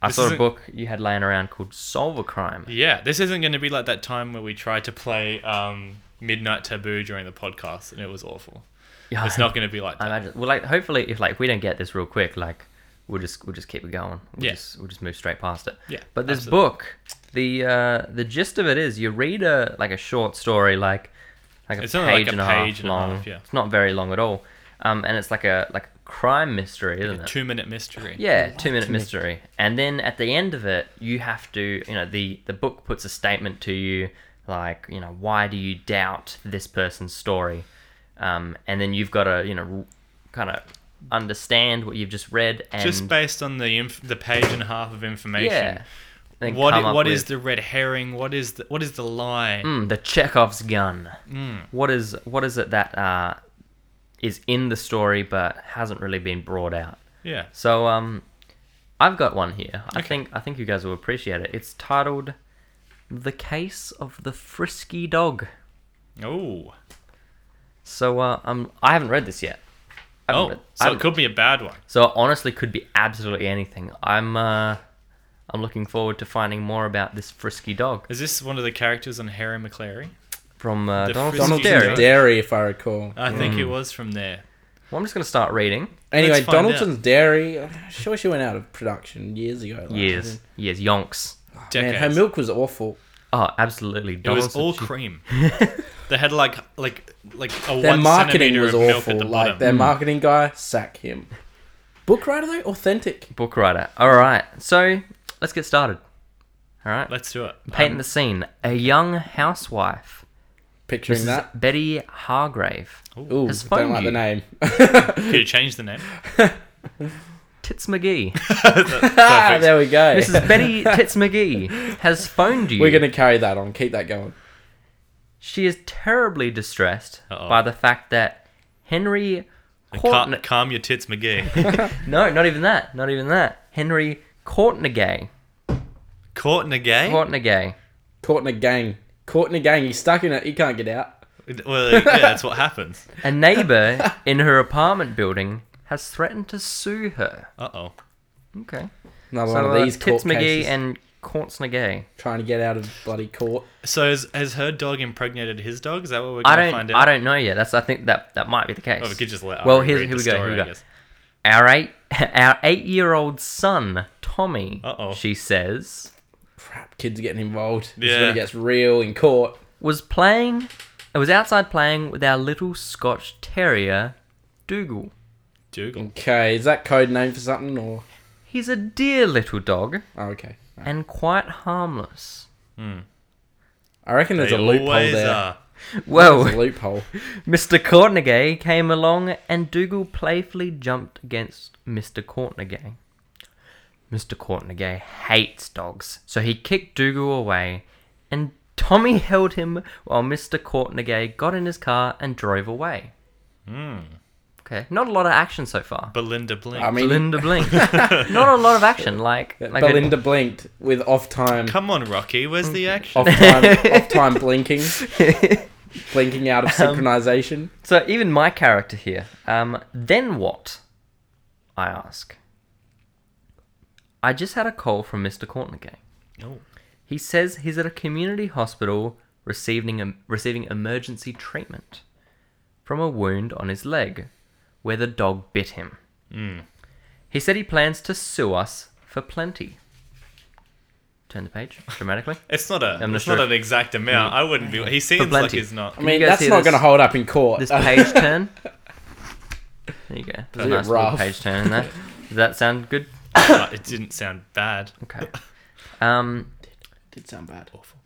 Speaker 3: I
Speaker 1: This
Speaker 3: saw a
Speaker 1: isn't-
Speaker 3: book you had laying around called Solve a Crime.
Speaker 1: Yeah, this isn't going to be like that time where we tried to play um, Midnight Taboo during the podcast and it was awful.
Speaker 3: Yeah,
Speaker 1: It's not going to be like
Speaker 3: *laughs* I
Speaker 1: that.
Speaker 3: imagine. Well, like hopefully, if like we don't get this real quick, like we'll just we'll just keep it going. We'll
Speaker 1: Yeah.
Speaker 3: Just, we'll just move straight past it.
Speaker 1: Yeah,
Speaker 3: But this
Speaker 1: absolutely.
Speaker 3: book, the uh, the gist of it is, you read a like a short story, like like a
Speaker 1: It's
Speaker 3: page
Speaker 1: only like a
Speaker 3: and a
Speaker 1: page
Speaker 3: half
Speaker 1: and a
Speaker 3: long.
Speaker 1: half, yeah.
Speaker 3: It's not very long at all. Um, and it's like a like a crime mystery, isn't it?
Speaker 1: Two minute mystery.
Speaker 3: Yeah, two minute mystery. And then at the end of it, you have to, you know, the, the book puts a statement to you like, you know, why do you doubt this person's story? Um, and then you've got to, you know, kind of understand what you've just read and
Speaker 1: Just based on the inf- the page and a half of information.
Speaker 3: yeah. Then
Speaker 1: What
Speaker 3: come
Speaker 1: i-
Speaker 3: up
Speaker 1: what is
Speaker 3: with,
Speaker 1: the red herring? What is the what is the Hmm. lie?
Speaker 3: mm, the Chekhov's gun? What is what is it that uh, is in the story but hasn't really been brought out?
Speaker 1: Yeah.
Speaker 3: So um, I've got one here. I think I think you guys will appreciate it. It's titled "The Case of the Frisky Dog."
Speaker 1: Oh.
Speaker 3: So uh, um, I haven't read this yet. I haven't
Speaker 1: Oh.
Speaker 3: read- I
Speaker 1: So it
Speaker 3: haven't-
Speaker 1: could be a bad one.
Speaker 3: so it honestly, could be absolutely anything. I'm uh, I'm looking forward to finding more about this Frisky Dog
Speaker 1: Is this one of the characters on Harry McClary?
Speaker 3: from uh,
Speaker 1: The
Speaker 3: Donald
Speaker 1: Frisky
Speaker 2: Donald's
Speaker 1: Dairy.
Speaker 2: Dairy.
Speaker 1: Dog.
Speaker 3: Dairy.
Speaker 2: Dairy, if I recall.
Speaker 1: I think
Speaker 3: Hmm.
Speaker 1: it was from there.
Speaker 3: Well, I'm just gonna start reading.
Speaker 2: anyway,
Speaker 1: let's find
Speaker 2: Donaldson's Dairy. I'm sure she went out of production years ago. like,
Speaker 3: Years, years, yonks.
Speaker 2: Man, her
Speaker 1: Decades.
Speaker 2: milk was awful.
Speaker 3: Oh, absolutely.
Speaker 1: It was
Speaker 3: Donaldson-
Speaker 1: all cream.
Speaker 3: *laughs*
Speaker 1: they had like like like a
Speaker 2: Their
Speaker 1: one
Speaker 2: marketing
Speaker 1: centimeter
Speaker 2: was
Speaker 1: of milk
Speaker 2: awful.
Speaker 1: at the
Speaker 2: like
Speaker 1: bottom.
Speaker 2: their marketing guy, sack him. Book writer though, authentic.
Speaker 3: book writer. All right, so let's get started. All right.
Speaker 1: Let's do it.
Speaker 2: Um,
Speaker 3: Painting the scene. A young housewife,
Speaker 2: Picturing
Speaker 3: Mrs.
Speaker 2: that.
Speaker 3: Betty Hargrave,
Speaker 2: Ooh,
Speaker 3: has
Speaker 2: don't
Speaker 3: phoned
Speaker 2: like
Speaker 3: you
Speaker 2: the name. *laughs*
Speaker 1: *laughs* Could have changed the name.
Speaker 3: to
Speaker 2: *laughs*
Speaker 3: Tits McGee.
Speaker 2: Ah, there we go. *laughs*
Speaker 3: Mrs. Betty Tits McGee has phoned you.
Speaker 2: We're going to carry that on. Keep that going.
Speaker 3: She is terribly distressed
Speaker 1: Uh-oh.
Speaker 3: by the fact that Henry
Speaker 1: Calm,
Speaker 3: Courtney.
Speaker 1: calm your tits, McGee.
Speaker 3: *laughs* No, not even that. Not even that. Henry Courtnegay.
Speaker 2: Eh?
Speaker 1: Courtnegay?
Speaker 3: Courtnegay.
Speaker 2: Caught in a gang. Caught in a gang. He's stuck in it. He can't get out.
Speaker 1: Well, yeah, that's what happens.
Speaker 2: *laughs*
Speaker 3: A neighbor in her apartment building has threatened to sue her.
Speaker 1: Uh oh.
Speaker 3: Okay.
Speaker 2: Another
Speaker 3: So
Speaker 2: one of
Speaker 3: uh,
Speaker 2: these court
Speaker 3: Tits McGee
Speaker 2: cases.
Speaker 3: and Courtnegay.
Speaker 2: trying to get out of bloody court.
Speaker 1: So has, has her dog impregnated his dog? Is that what we're
Speaker 3: I
Speaker 1: going to
Speaker 3: don't.
Speaker 1: find out?
Speaker 3: I don't know yet. That's. I think that that might be the case.
Speaker 1: Oh, we could just let.
Speaker 3: well,
Speaker 1: Ari
Speaker 3: here,
Speaker 1: read
Speaker 3: here
Speaker 1: the
Speaker 3: we go.
Speaker 1: story,
Speaker 3: Here we
Speaker 1: I
Speaker 3: go.
Speaker 1: guess.
Speaker 3: Our eight, *laughs* our eight-year-old son Tommy.
Speaker 1: Uh-oh.
Speaker 3: She says
Speaker 2: Crap, kids are getting involved. This is
Speaker 1: Yeah.
Speaker 2: when it gets real in court.
Speaker 3: was playing. It was outside playing with our little Scotch terrier, Dougal.
Speaker 1: Dougal.
Speaker 2: Okay, is that code name for something or?
Speaker 3: He's a dear little dog
Speaker 2: Oh, okay.
Speaker 3: and quite harmless.
Speaker 2: I reckon there's
Speaker 1: They
Speaker 2: a loophole
Speaker 1: always
Speaker 2: there.
Speaker 1: are.
Speaker 3: Well,
Speaker 2: There's a
Speaker 3: *laughs*
Speaker 2: loophole.
Speaker 3: Mr. Courtnegay came along and Dougal playfully jumped against Mr. Courtnegay. Mr. Courtnegay hates dogs, so he kicked Dougal away and Tommy *laughs* held him while Mr. Courtnegay got in his car and drove away. Okay, not a lot of action so far.
Speaker 1: Hmm. Belinda Blink.
Speaker 2: I mean,
Speaker 3: Belinda
Speaker 2: *laughs*
Speaker 3: Blink. not a lot of action, like, like a-
Speaker 2: Belinda blinked with off time,
Speaker 1: Come on, Rocky. Where's the
Speaker 3: Oh.
Speaker 1: action?
Speaker 2: off
Speaker 3: *laughs*
Speaker 2: time, off time blinking, blinking out of
Speaker 3: Um,
Speaker 2: synchronization.
Speaker 3: So even my character here, um, then what? I ask. I just had a call from Mr. Courtnegay.
Speaker 1: Oh.
Speaker 3: He says he's at a community hospital receiving receiving emergency treatment from a wound on his leg where the dog bit him. He said he plans to sue us for plenty. Turn the page dramatically.
Speaker 1: It's not a.
Speaker 3: I'm
Speaker 1: it's
Speaker 3: not
Speaker 1: not
Speaker 3: sure.
Speaker 1: an exact amount. I wouldn't be. He seems like
Speaker 3: plenty.
Speaker 1: he's
Speaker 3: *coughs*
Speaker 1: not.
Speaker 2: I mean,
Speaker 3: guys
Speaker 2: that's
Speaker 3: hear
Speaker 2: not
Speaker 3: this-
Speaker 2: going to hold up in court. *laughs*
Speaker 3: This page turn. There you go. Got a
Speaker 2: bit
Speaker 3: nice little
Speaker 2: rough.
Speaker 3: page turn in there. Does that sound good?
Speaker 1: but it didn't sound bad.
Speaker 3: Okay. Um,
Speaker 2: did sound bad. Awful.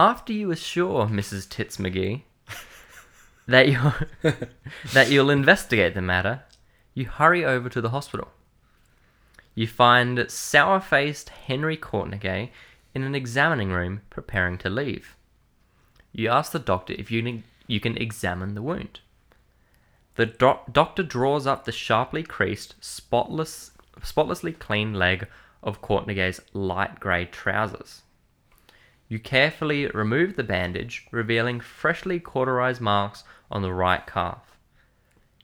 Speaker 3: after you assure Mrs. Tits McGee that you that you'll investigate the matter, you hurry over to the hospital. You find sour-faced Henry Courtnegay in an examining room preparing to leave. You ask the doctor if you can, you can examine the wound. The doc- doctor draws up the sharply creased, spotless, spotlessly clean leg of Courtnegay's light grey trousers. You carefully remove the bandage, revealing freshly cauterized marks on the right calf.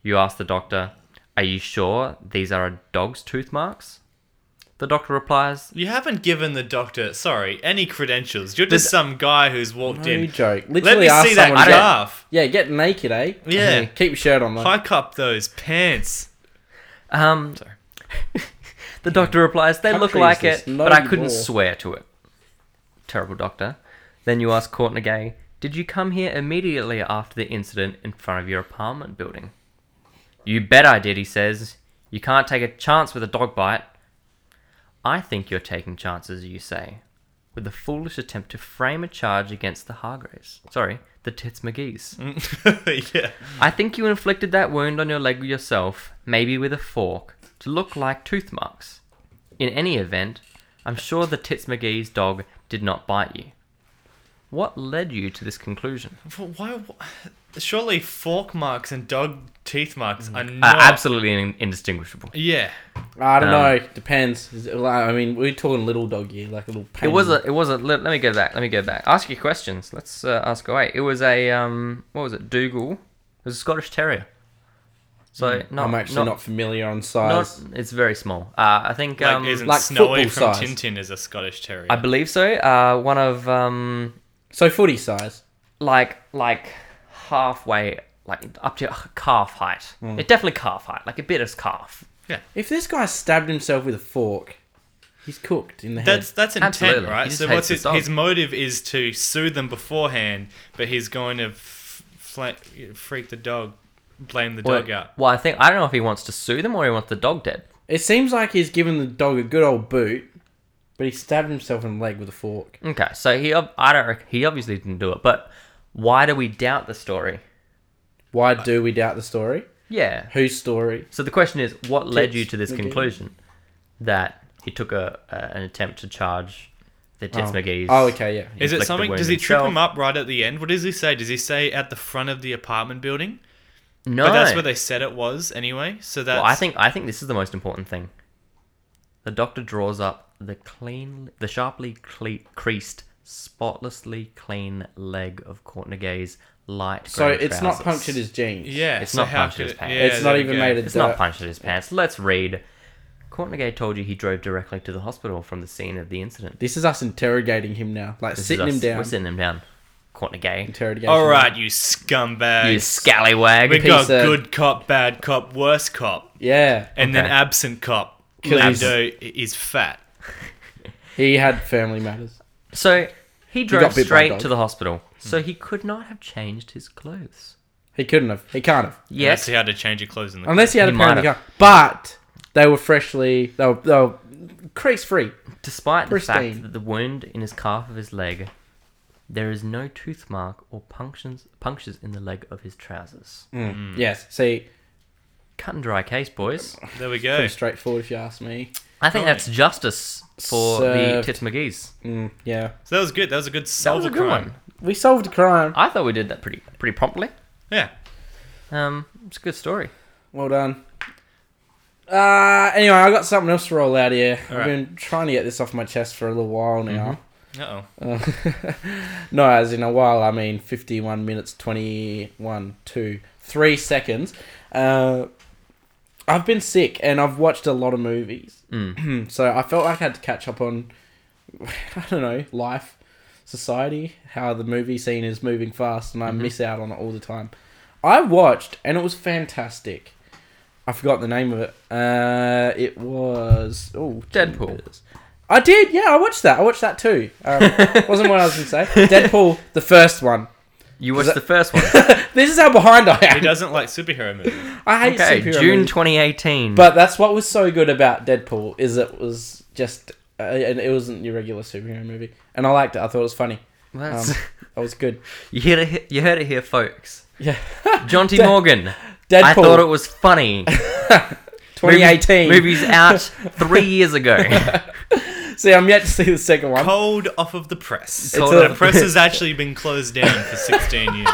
Speaker 3: You ask the doctor, Are you sure these are a dog's tooth marks? The doctor replies,
Speaker 1: You haven't given the doctor, sorry, any credentials. You're just some guy who's walked
Speaker 2: No
Speaker 1: in.
Speaker 2: joke.
Speaker 1: Let
Speaker 2: Literally
Speaker 1: me
Speaker 2: ask
Speaker 1: see that
Speaker 2: someone. to get-
Speaker 1: calf.
Speaker 2: yeah, get naked, eh?
Speaker 1: Yeah.
Speaker 2: *laughs* Keep your shirt on though.
Speaker 1: Hike up those pants. *laughs*
Speaker 3: Um,
Speaker 1: Sorry.
Speaker 3: *laughs* the doctor replies, They look
Speaker 2: Countries,
Speaker 3: like
Speaker 2: there's
Speaker 3: it,
Speaker 2: no
Speaker 3: but I couldn't
Speaker 2: law."
Speaker 3: swear to it. Terrible doctor. Then you ask Courtnegay, Did you come here immediately after the incident in front of your apartment building? You bet I did, he says. You can't take a chance with a dog bite. I think you're taking chances, you say, with a foolish attempt to frame a charge against the Hargraves. Sorry, the Tits McGees.
Speaker 1: yeah.
Speaker 3: I think you inflicted that wound on your leg yourself, maybe with a fork, to look like tooth marks. In any event, I'm sure the Tits McGee's dog did not bite you. What led you to this conclusion?
Speaker 1: But why? Surely fork marks and dog teeth marks are
Speaker 3: Uh,
Speaker 1: not.
Speaker 3: absolutely in- indistinguishable.
Speaker 1: Yeah.
Speaker 2: I don't
Speaker 3: Um,
Speaker 2: know. Depends. Is it like- I mean, we're talking little dog here, like a little.
Speaker 3: It
Speaker 2: Pain.
Speaker 3: was a. It was a. Let, let me go back. Let me go back. Ask your questions. Let's uh, ask away. It was a. Um. What was it? Dougal. It was a Scottish Terrier. So not.
Speaker 2: Hmm. I'm actually not,
Speaker 3: not.
Speaker 2: familiar on
Speaker 3: not-
Speaker 2: size.
Speaker 3: it's very small. Uh, I think.
Speaker 1: Like,
Speaker 3: um,
Speaker 1: isn't
Speaker 2: like
Speaker 1: Snowy
Speaker 2: football
Speaker 1: from
Speaker 2: size.
Speaker 1: Tintin is a Scottish Terrier?
Speaker 3: I believe so. Uh, one of um,
Speaker 2: so footy size.
Speaker 3: like like halfway, like up to calf height. It definitely calf height, like a bit of calf.
Speaker 2: If this guy stabbed himself with a fork, he's cooked in the
Speaker 1: That's
Speaker 2: head.
Speaker 1: that's intent,
Speaker 3: Absolutely. He
Speaker 1: right?
Speaker 3: just
Speaker 1: So
Speaker 3: hates
Speaker 1: what's
Speaker 3: his
Speaker 1: his
Speaker 3: dog.
Speaker 1: his motive is to sue them beforehand, but he's going to f- fla- freak the dog, blame the dog
Speaker 3: well,
Speaker 1: out.
Speaker 3: well, I think I don't know if he wants to sue them or he wants the dog dead.
Speaker 2: It seems like he's given the dog a good old boot, but he stabbed himself in the leg with a fork.
Speaker 3: Okay, so he ob- I don't rec- he obviously didn't do it, but why do we doubt the story?
Speaker 2: Why do we doubt the story?
Speaker 3: Yeah.
Speaker 2: Whose story?
Speaker 3: So the question is, what led
Speaker 2: Tits
Speaker 3: you to this
Speaker 2: McGee.
Speaker 3: conclusion that he took a, a an attempt to charge the Tits
Speaker 2: oh.
Speaker 3: McGee's?
Speaker 2: Oh, okay, yeah.
Speaker 1: Is
Speaker 3: inflict
Speaker 1: it
Speaker 3: the
Speaker 1: something?
Speaker 3: wound
Speaker 1: Does he trip
Speaker 3: himself.
Speaker 1: him up right at the end? What does he say? Does he say at the front of the apartment building?
Speaker 3: No,
Speaker 1: But that's where they said it was anyway. So that's
Speaker 3: Well, I think I think this is the most important thing. The doctor draws up the clean, the sharply cle- creased, spotlessly clean leg of Courtney Gay's light.
Speaker 2: So
Speaker 3: grey
Speaker 2: it's
Speaker 3: trousers.
Speaker 2: not punctured his jeans.
Speaker 1: yeah.
Speaker 3: It's
Speaker 1: so
Speaker 3: not
Speaker 1: how
Speaker 3: punched in
Speaker 1: could
Speaker 3: his
Speaker 1: it-
Speaker 3: pants.
Speaker 1: yeah,
Speaker 2: It's not
Speaker 1: there
Speaker 2: even
Speaker 1: you go.
Speaker 2: made
Speaker 3: It's not
Speaker 2: Dirt.
Speaker 3: punched in his pants. Let's read. Courtney Gay told you he drove directly to the hospital from the scene of the incident.
Speaker 2: This is us interrogating him now, like
Speaker 3: This is
Speaker 2: sitting
Speaker 3: us-
Speaker 2: him down.
Speaker 3: We're sitting him down. Courtney Gay.
Speaker 2: Interrogation.
Speaker 1: All right, you scumbag.
Speaker 3: You scallywag.
Speaker 1: we got
Speaker 2: piece of-
Speaker 1: good cop, bad cop, worse cop,
Speaker 2: Yeah.
Speaker 1: and then
Speaker 3: Okay.
Speaker 1: absent cop.
Speaker 2: Kill his-
Speaker 1: Lando is fat.
Speaker 2: He had family matters.
Speaker 3: So he
Speaker 2: got
Speaker 3: drove
Speaker 2: bit by a
Speaker 3: straight
Speaker 2: dog. Hmm.
Speaker 3: to the hospital. So he could not have changed his clothes.
Speaker 2: He couldn't have. He can't have.
Speaker 1: Yes,
Speaker 3: Yes,
Speaker 1: he had to change your clothes in the.
Speaker 2: Unless he had
Speaker 3: He
Speaker 2: a pair in the
Speaker 3: might have.
Speaker 2: car. But they were freshly, they were, they were crease free.
Speaker 3: Despite the fact
Speaker 2: Pristine.
Speaker 3: that the wound in his calf of his leg, there is no tooth mark or punctions, punctures in the leg of his trousers.
Speaker 2: Yes. See,
Speaker 3: Cut and dry case, boys.
Speaker 1: there we go.
Speaker 2: pretty straightforward if you ask me.
Speaker 3: I think that's justice for the
Speaker 2: Served.
Speaker 3: Tits McGee's.
Speaker 2: Mm, yeah.
Speaker 1: So that was good. That was a good
Speaker 3: That was
Speaker 1: solve
Speaker 3: a
Speaker 1: of
Speaker 3: good
Speaker 1: crime.
Speaker 3: one.
Speaker 2: We solved a crime.
Speaker 3: I thought we did that pretty pretty promptly.
Speaker 1: Yeah.
Speaker 3: Um, it's a good story.
Speaker 2: Well done. Uh, anyway, I got something else to roll out here. I've
Speaker 1: Alright.
Speaker 2: been trying to get this off my chest for a little while now.
Speaker 1: Uh oh.
Speaker 2: *laughs* No, as in a while, I mean 51 minutes, 21, 2, 3 seconds. Uh, I've been sick and I've watched a lot of movies.
Speaker 3: Hmm.
Speaker 2: Hmm, so I felt like I had to catch up on, *laughs* I don't know, life, society, how the movie scene is moving fast, and I
Speaker 3: Mm-hmm.
Speaker 2: miss out on it all the time. I watched, and it was fantastic. I forgot the name of it. Uh, it was oh
Speaker 3: Deadpool.
Speaker 2: jeepers. I did, yeah. I watched that. I watched that too. Um, wasn't what I was going to
Speaker 3: *laughs*
Speaker 2: say. Deadpool, the first one.
Speaker 3: You watched
Speaker 2: that-
Speaker 3: the
Speaker 2: *laughs*
Speaker 3: first one.
Speaker 2: This is how behind I
Speaker 1: He
Speaker 3: *laughs*
Speaker 2: am.
Speaker 1: doesn't like superhero movies.
Speaker 2: I hate
Speaker 3: Okay,
Speaker 2: superhero
Speaker 3: June
Speaker 2: movies.
Speaker 3: 2018.
Speaker 2: But that's what was so good about Deadpool is it was just uh, and it wasn't your regular superhero movie, and I liked it. I thought it was funny. Um,
Speaker 3: That's-
Speaker 2: that was good.
Speaker 3: *laughs* you, heard it, he- you heard it here, folks.
Speaker 2: Yeah, *laughs*
Speaker 3: John T.
Speaker 2: De-
Speaker 3: Morgan.
Speaker 2: Deadpool.
Speaker 3: I thought it
Speaker 2: *laughs*
Speaker 3: was funny.
Speaker 2: 2018.
Speaker 3: Movies out three years ago.
Speaker 2: *laughs* See, *laughs* I'm yet to see the
Speaker 1: *laughs*
Speaker 2: second one.
Speaker 1: Cold off of the press.
Speaker 3: Cold
Speaker 1: the
Speaker 2: *laughs* off-
Speaker 1: press has actually been closed down for 16
Speaker 2: *laughs*
Speaker 1: years.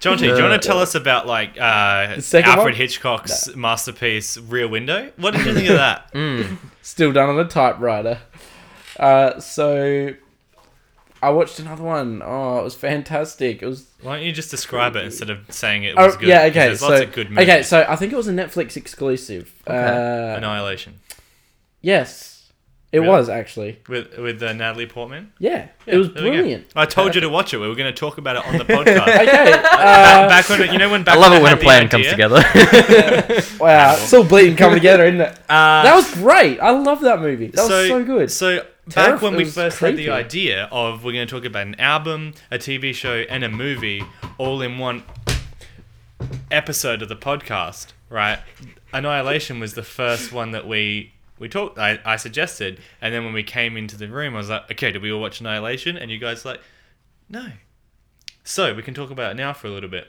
Speaker 1: John T, do you want to tell us about like uh,
Speaker 2: second
Speaker 1: Alfred
Speaker 2: one?
Speaker 1: Hitchcock's masterpiece Rear Window? What did you think of that?
Speaker 2: *laughs* Mm. Still done on a typewriter. Uh, so I watched another one. Oh, it was fantastic. It was
Speaker 1: Why don't you just describe it instead of saying it
Speaker 2: oh,
Speaker 1: was good?
Speaker 2: yeah
Speaker 1: 'Cause
Speaker 2: okay.
Speaker 1: There's
Speaker 2: so
Speaker 1: lots of good movies.
Speaker 2: okay, so I think it was a Netflix exclusive. Uh,
Speaker 1: Annihilation
Speaker 2: yes, it
Speaker 1: Really?
Speaker 2: was actually.
Speaker 1: with with uh, Natalie Portman.
Speaker 2: Yeah, it was
Speaker 1: There we go. *laughs*
Speaker 2: brilliant.
Speaker 1: I told you to watch it. We were going to talk about it on
Speaker 2: *laughs*
Speaker 1: the podcast.
Speaker 2: Okay. Uh,
Speaker 1: back when you know when back
Speaker 3: I love
Speaker 1: when
Speaker 3: it when a
Speaker 1: had the
Speaker 3: plan comes
Speaker 1: idea?
Speaker 3: together.
Speaker 1: *laughs*
Speaker 2: wow, it's all bleeding coming together, isn't it?
Speaker 1: Uh,
Speaker 2: That was great. I love that movie. That was so good.
Speaker 1: So
Speaker 2: Terrif-
Speaker 1: back when
Speaker 2: it
Speaker 1: we
Speaker 2: was
Speaker 1: first had
Speaker 2: creepy.
Speaker 1: the idea of we're going to talk about an album, a TV show, and a movie all in one episode of the podcast, right? Annihilation was the first one that we we talked. I, I suggested, and then when we came into the room, I was like, okay, did we all watch Annihilation? And you guys were like, no. So we can talk about it now for a little bit.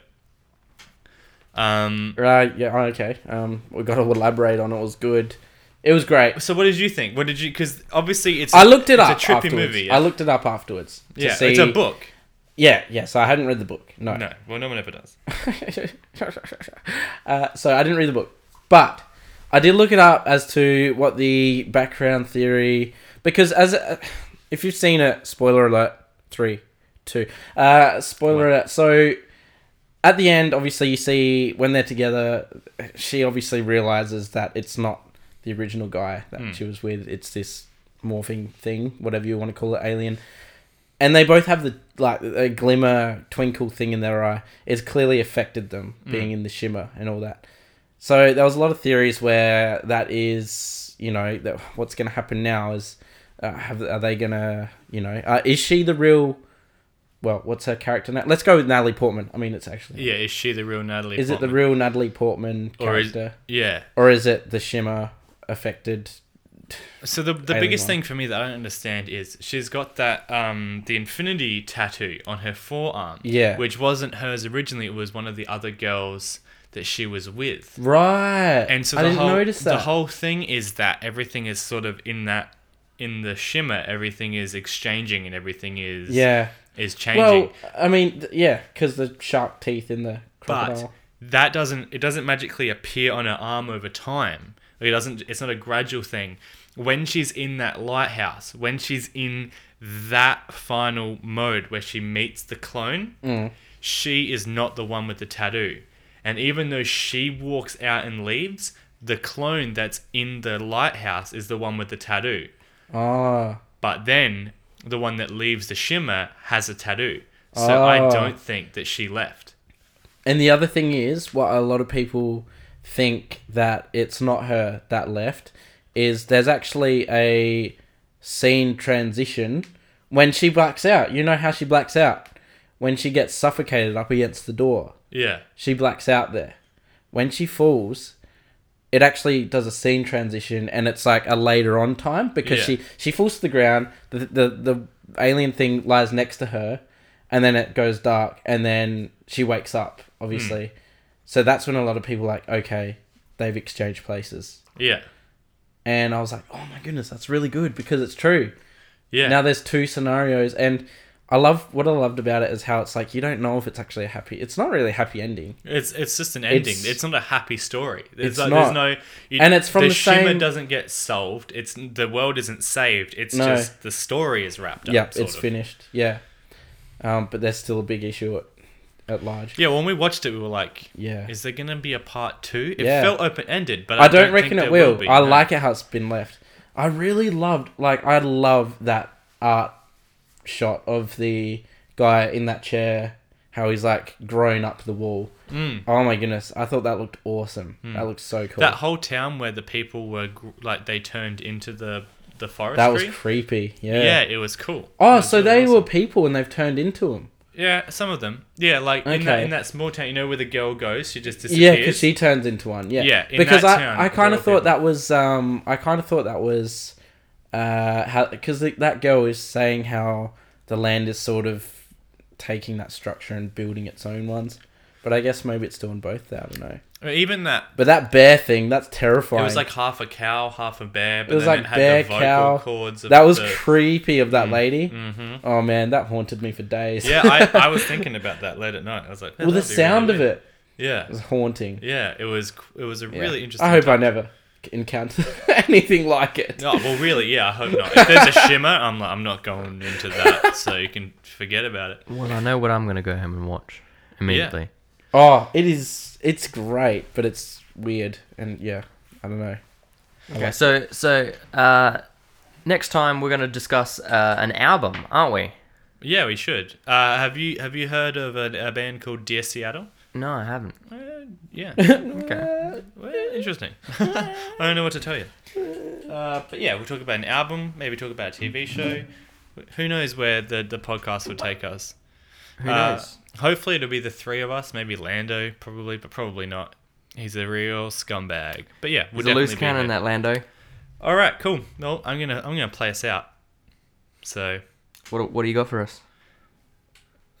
Speaker 1: Um.
Speaker 2: Right. Yeah. Okay. Um, we got to elaborate on it. It was good. It was great.
Speaker 1: So what did you think? What did you? Because obviously it's
Speaker 2: I looked it
Speaker 1: it's
Speaker 2: up.
Speaker 1: a trippy
Speaker 2: afterwards.
Speaker 1: movie.
Speaker 2: I looked it up afterwards. to
Speaker 1: yeah,
Speaker 2: see-
Speaker 1: it's a book.
Speaker 2: Yeah. Yeah. So I hadn't read the book. No.
Speaker 1: No, well, no one ever does.
Speaker 2: *laughs* uh, so I didn't read the book, but I did look it up as to what the background theory because as a, if you've seen it, spoiler alert, three, two, uh, spoiler alert. So at the end, obviously, you see when they're together, she obviously realizes that it's not the original guy that she was with. It's this morphing thing, whatever you want to call it, alien. And they both have the like a glimmer, twinkle thing in their eye. It's clearly affected them
Speaker 1: Mm.
Speaker 2: being in the shimmer and all that. So there was a lot of theories where that is, you know, that what's going to happen now is, uh, have are they going to, you know, uh, is she the real? Well, what's her character now? Let's go with Natalie Portman. I mean, it's actually
Speaker 1: Yeah, is she the real Natalie?
Speaker 2: is it the
Speaker 1: Portman?
Speaker 2: real Natalie Portman
Speaker 1: Or is-
Speaker 2: character,
Speaker 1: Yeah,
Speaker 2: or is, it the Shimmer affected
Speaker 1: So the the
Speaker 2: Alien
Speaker 1: biggest
Speaker 2: one.
Speaker 1: thing for me that I don't understand is she's got that um the infinity tattoo on her forearm.
Speaker 2: Yeah.
Speaker 1: Which wasn't hers originally, it was one of the other girls that she was with.
Speaker 2: Right.
Speaker 1: And so
Speaker 2: I
Speaker 1: the
Speaker 2: didn't
Speaker 1: whole
Speaker 2: notice that.
Speaker 1: the whole thing is that everything is sort of in that in the shimmer, everything is exchanging and everything is
Speaker 2: yeah.
Speaker 1: is changing.
Speaker 2: Well, I mean, th- yeah, because the shark teeth in the
Speaker 1: but
Speaker 2: crocodile.
Speaker 1: that doesn't it doesn't magically appear on her arm over time it doesn't it's not a gradual thing when she's in that lighthouse when she's in that final mode where she meets the clone
Speaker 2: Mm.
Speaker 1: she is not the one with the tattoo and even though she walks out and leaves the clone that's in the lighthouse is the one with the tattoo
Speaker 2: Ah.
Speaker 1: but then the one that leaves the shimmer has a tattoo so i
Speaker 2: Oh.
Speaker 1: don't think that she left
Speaker 2: And the other thing is, what a lot of people think that it's not her that left is there's actually a scene transition when she blacks out. You know how she blacks out when she gets suffocated up against the door.
Speaker 1: yeah
Speaker 2: She blacks out there. When she falls, it actually does a scene transition, and it's like a later on time because
Speaker 1: Yeah.
Speaker 2: she she falls to the ground. The, the the alien thing lies next to her, and then it goes dark, and then she wakes up. Obviously,
Speaker 1: Hmm.
Speaker 2: so that's when a lot of people are like okay, they've exchanged places,
Speaker 1: yeah
Speaker 2: and I was like, oh my goodness, that's really good because it's true.
Speaker 1: yeah
Speaker 2: Now there's two scenarios, and I love what I loved about it is how it's like you don't know if it's actually a happy. It's not really a happy ending.
Speaker 1: It's it's just an ending. It's,
Speaker 2: It's-
Speaker 1: not a happy story. There's
Speaker 2: It's
Speaker 1: like,
Speaker 2: not.
Speaker 1: There's no. you-
Speaker 2: And it's from the
Speaker 1: shimmer
Speaker 2: same-
Speaker 1: doesn't get solved. It's the world isn't saved. It's
Speaker 2: No.
Speaker 1: just the story is wrapped up.
Speaker 2: Yeah,
Speaker 1: sort
Speaker 2: it's
Speaker 1: of.
Speaker 2: finished. Yeah, um, but there's still a big issue at, at large.
Speaker 1: Yeah, when we watched it, we were like,
Speaker 2: Yeah.
Speaker 1: is there gonna be a part two? It
Speaker 2: Yeah.
Speaker 1: felt open ended, but I,
Speaker 2: I don't,
Speaker 1: think
Speaker 2: reckon
Speaker 1: there
Speaker 2: it will.
Speaker 1: be,
Speaker 2: I
Speaker 1: no.
Speaker 2: like it how it's been left. I really loved, like, I love that art shot of the guy in that chair. How he's like grown up the wall.
Speaker 1: Mm. Hmm.
Speaker 2: Oh my goodness! I thought that looked awesome. That looked so cool.
Speaker 1: that
Speaker 2: That,
Speaker 1: whole town where the people were gr- like they turned into the the forestry.
Speaker 2: was creepy. Yeah.
Speaker 1: yeah, it was cool. It
Speaker 2: Oh,
Speaker 1: was
Speaker 2: so
Speaker 1: really
Speaker 2: they
Speaker 1: awesome.
Speaker 2: were people and they've turned into them.
Speaker 1: yeah, some of them. Yeah, like in that
Speaker 2: Okay.
Speaker 1: in that small town, you know where the girl goes, she just disappears.
Speaker 2: Yeah, because she turns into one. Yeah,
Speaker 1: Yeah, in
Speaker 2: because
Speaker 1: that
Speaker 2: I,
Speaker 1: town,
Speaker 2: I kind
Speaker 1: they're
Speaker 2: of
Speaker 1: all
Speaker 2: thought
Speaker 1: people.
Speaker 2: that was um I kind of thought that was uh how because that girl is saying how the land is sort of taking that structure and building its own ones, but I guess maybe it's doing both. I don't know.
Speaker 1: even that
Speaker 2: But that bear thing, that's terrifying.
Speaker 1: It was like half a cow, half a bear, but
Speaker 2: It was
Speaker 1: then
Speaker 2: like
Speaker 1: it had
Speaker 2: bear,
Speaker 1: the vocal
Speaker 2: cow.
Speaker 1: cords. Of
Speaker 2: that was
Speaker 1: the-
Speaker 2: creepy of that lady.
Speaker 1: Mhm.
Speaker 2: Oh man, that haunted me for days.
Speaker 1: *laughs* yeah,
Speaker 2: *laughs*
Speaker 1: I, I was thinking about that late at night. I was like,
Speaker 2: well, the sound of it
Speaker 1: Yeah,
Speaker 2: was haunting.
Speaker 1: yeah, it was. It was a really
Speaker 2: Yeah.
Speaker 1: interesting.
Speaker 2: I hope
Speaker 1: time.
Speaker 2: I never encounter *laughs* anything like it.
Speaker 1: No, well, really, yeah, I hope not. If there's a
Speaker 2: *laughs*
Speaker 1: shimmer, I'm like, I'm not going into that, so you can forget about it.
Speaker 3: Well, I know what I'm going to go home and watch immediately.
Speaker 2: Oh, it is. It's great, but it's weird, and yeah, I don't know.
Speaker 3: Okay, so so uh, next time we're going to discuss uh, an album, aren't we?
Speaker 1: Yeah, we should. Uh, have you have you heard of a, a band called Dear Seattle?
Speaker 3: No, I haven't.
Speaker 1: Uh, yeah,
Speaker 3: Okay.
Speaker 1: Well, interesting. *laughs* I don't know what to tell you. Uh, but yeah, we'll talk about an album, maybe talk about a TV show. Who knows where the, the podcast will take us?
Speaker 3: Who
Speaker 1: Uh,
Speaker 3: knows?
Speaker 1: hopefully, it'll be the three of us. Maybe Lando, probably, but probably not. He's a real scumbag. But yeah, we'll
Speaker 3: There's a
Speaker 1: definitely
Speaker 3: loose
Speaker 1: be
Speaker 3: cannon,
Speaker 1: here.
Speaker 3: that Lando.
Speaker 1: All right, cool. Well, I'm gonna I'm gonna play us out. So
Speaker 3: What what do you got for us?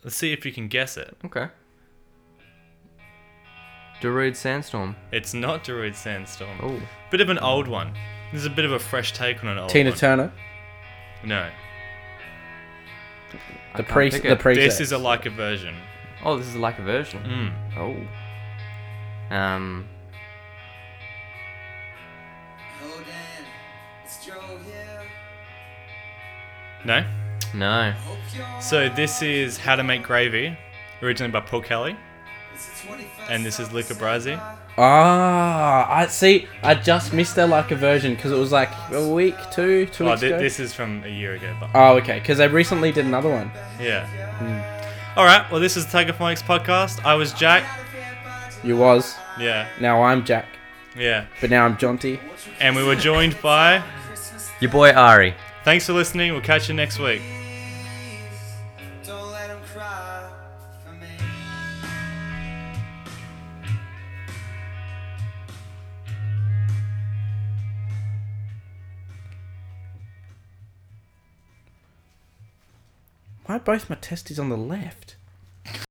Speaker 1: let's see if you can guess it.
Speaker 3: Okay. Darude Sandstorm.
Speaker 1: It's not Druid Sandstorm.
Speaker 3: Oh.
Speaker 1: Bit of an old one. This is a bit of a fresh take on an old
Speaker 2: Tina
Speaker 1: one.
Speaker 2: Turner,
Speaker 1: no,
Speaker 2: the priest, the priest.
Speaker 1: this is a like a version.
Speaker 3: Oh, this is like a version.
Speaker 1: Mm.
Speaker 3: Oh. Um.
Speaker 4: Hello, Dan. It's Joe here.
Speaker 1: No.
Speaker 3: No.
Speaker 4: Hope you're.
Speaker 1: So this is How to Make Gravy, originally by Paul Kelly. and this is Luca Brasi.
Speaker 2: ah. I see. I just missed their like a version because it was like a week, two, two
Speaker 1: Oh,
Speaker 2: weeks
Speaker 1: thi-
Speaker 2: ago.
Speaker 1: this is from a year ago, but
Speaker 2: Oh, okay. Because they recently did another one.
Speaker 1: yeah. All right. Well, this is the Tagophonics podcast. I was Jack.
Speaker 2: You was.
Speaker 1: Yeah,
Speaker 2: Now I'm Jack,
Speaker 1: yeah.
Speaker 2: but now I'm Jonty.
Speaker 1: And we were joined by.
Speaker 3: Your boy Ari.
Speaker 1: Thanks for listening. We'll catch you next week.
Speaker 4: Don't let 'em cry for me.
Speaker 2: Why are both my testes on the left?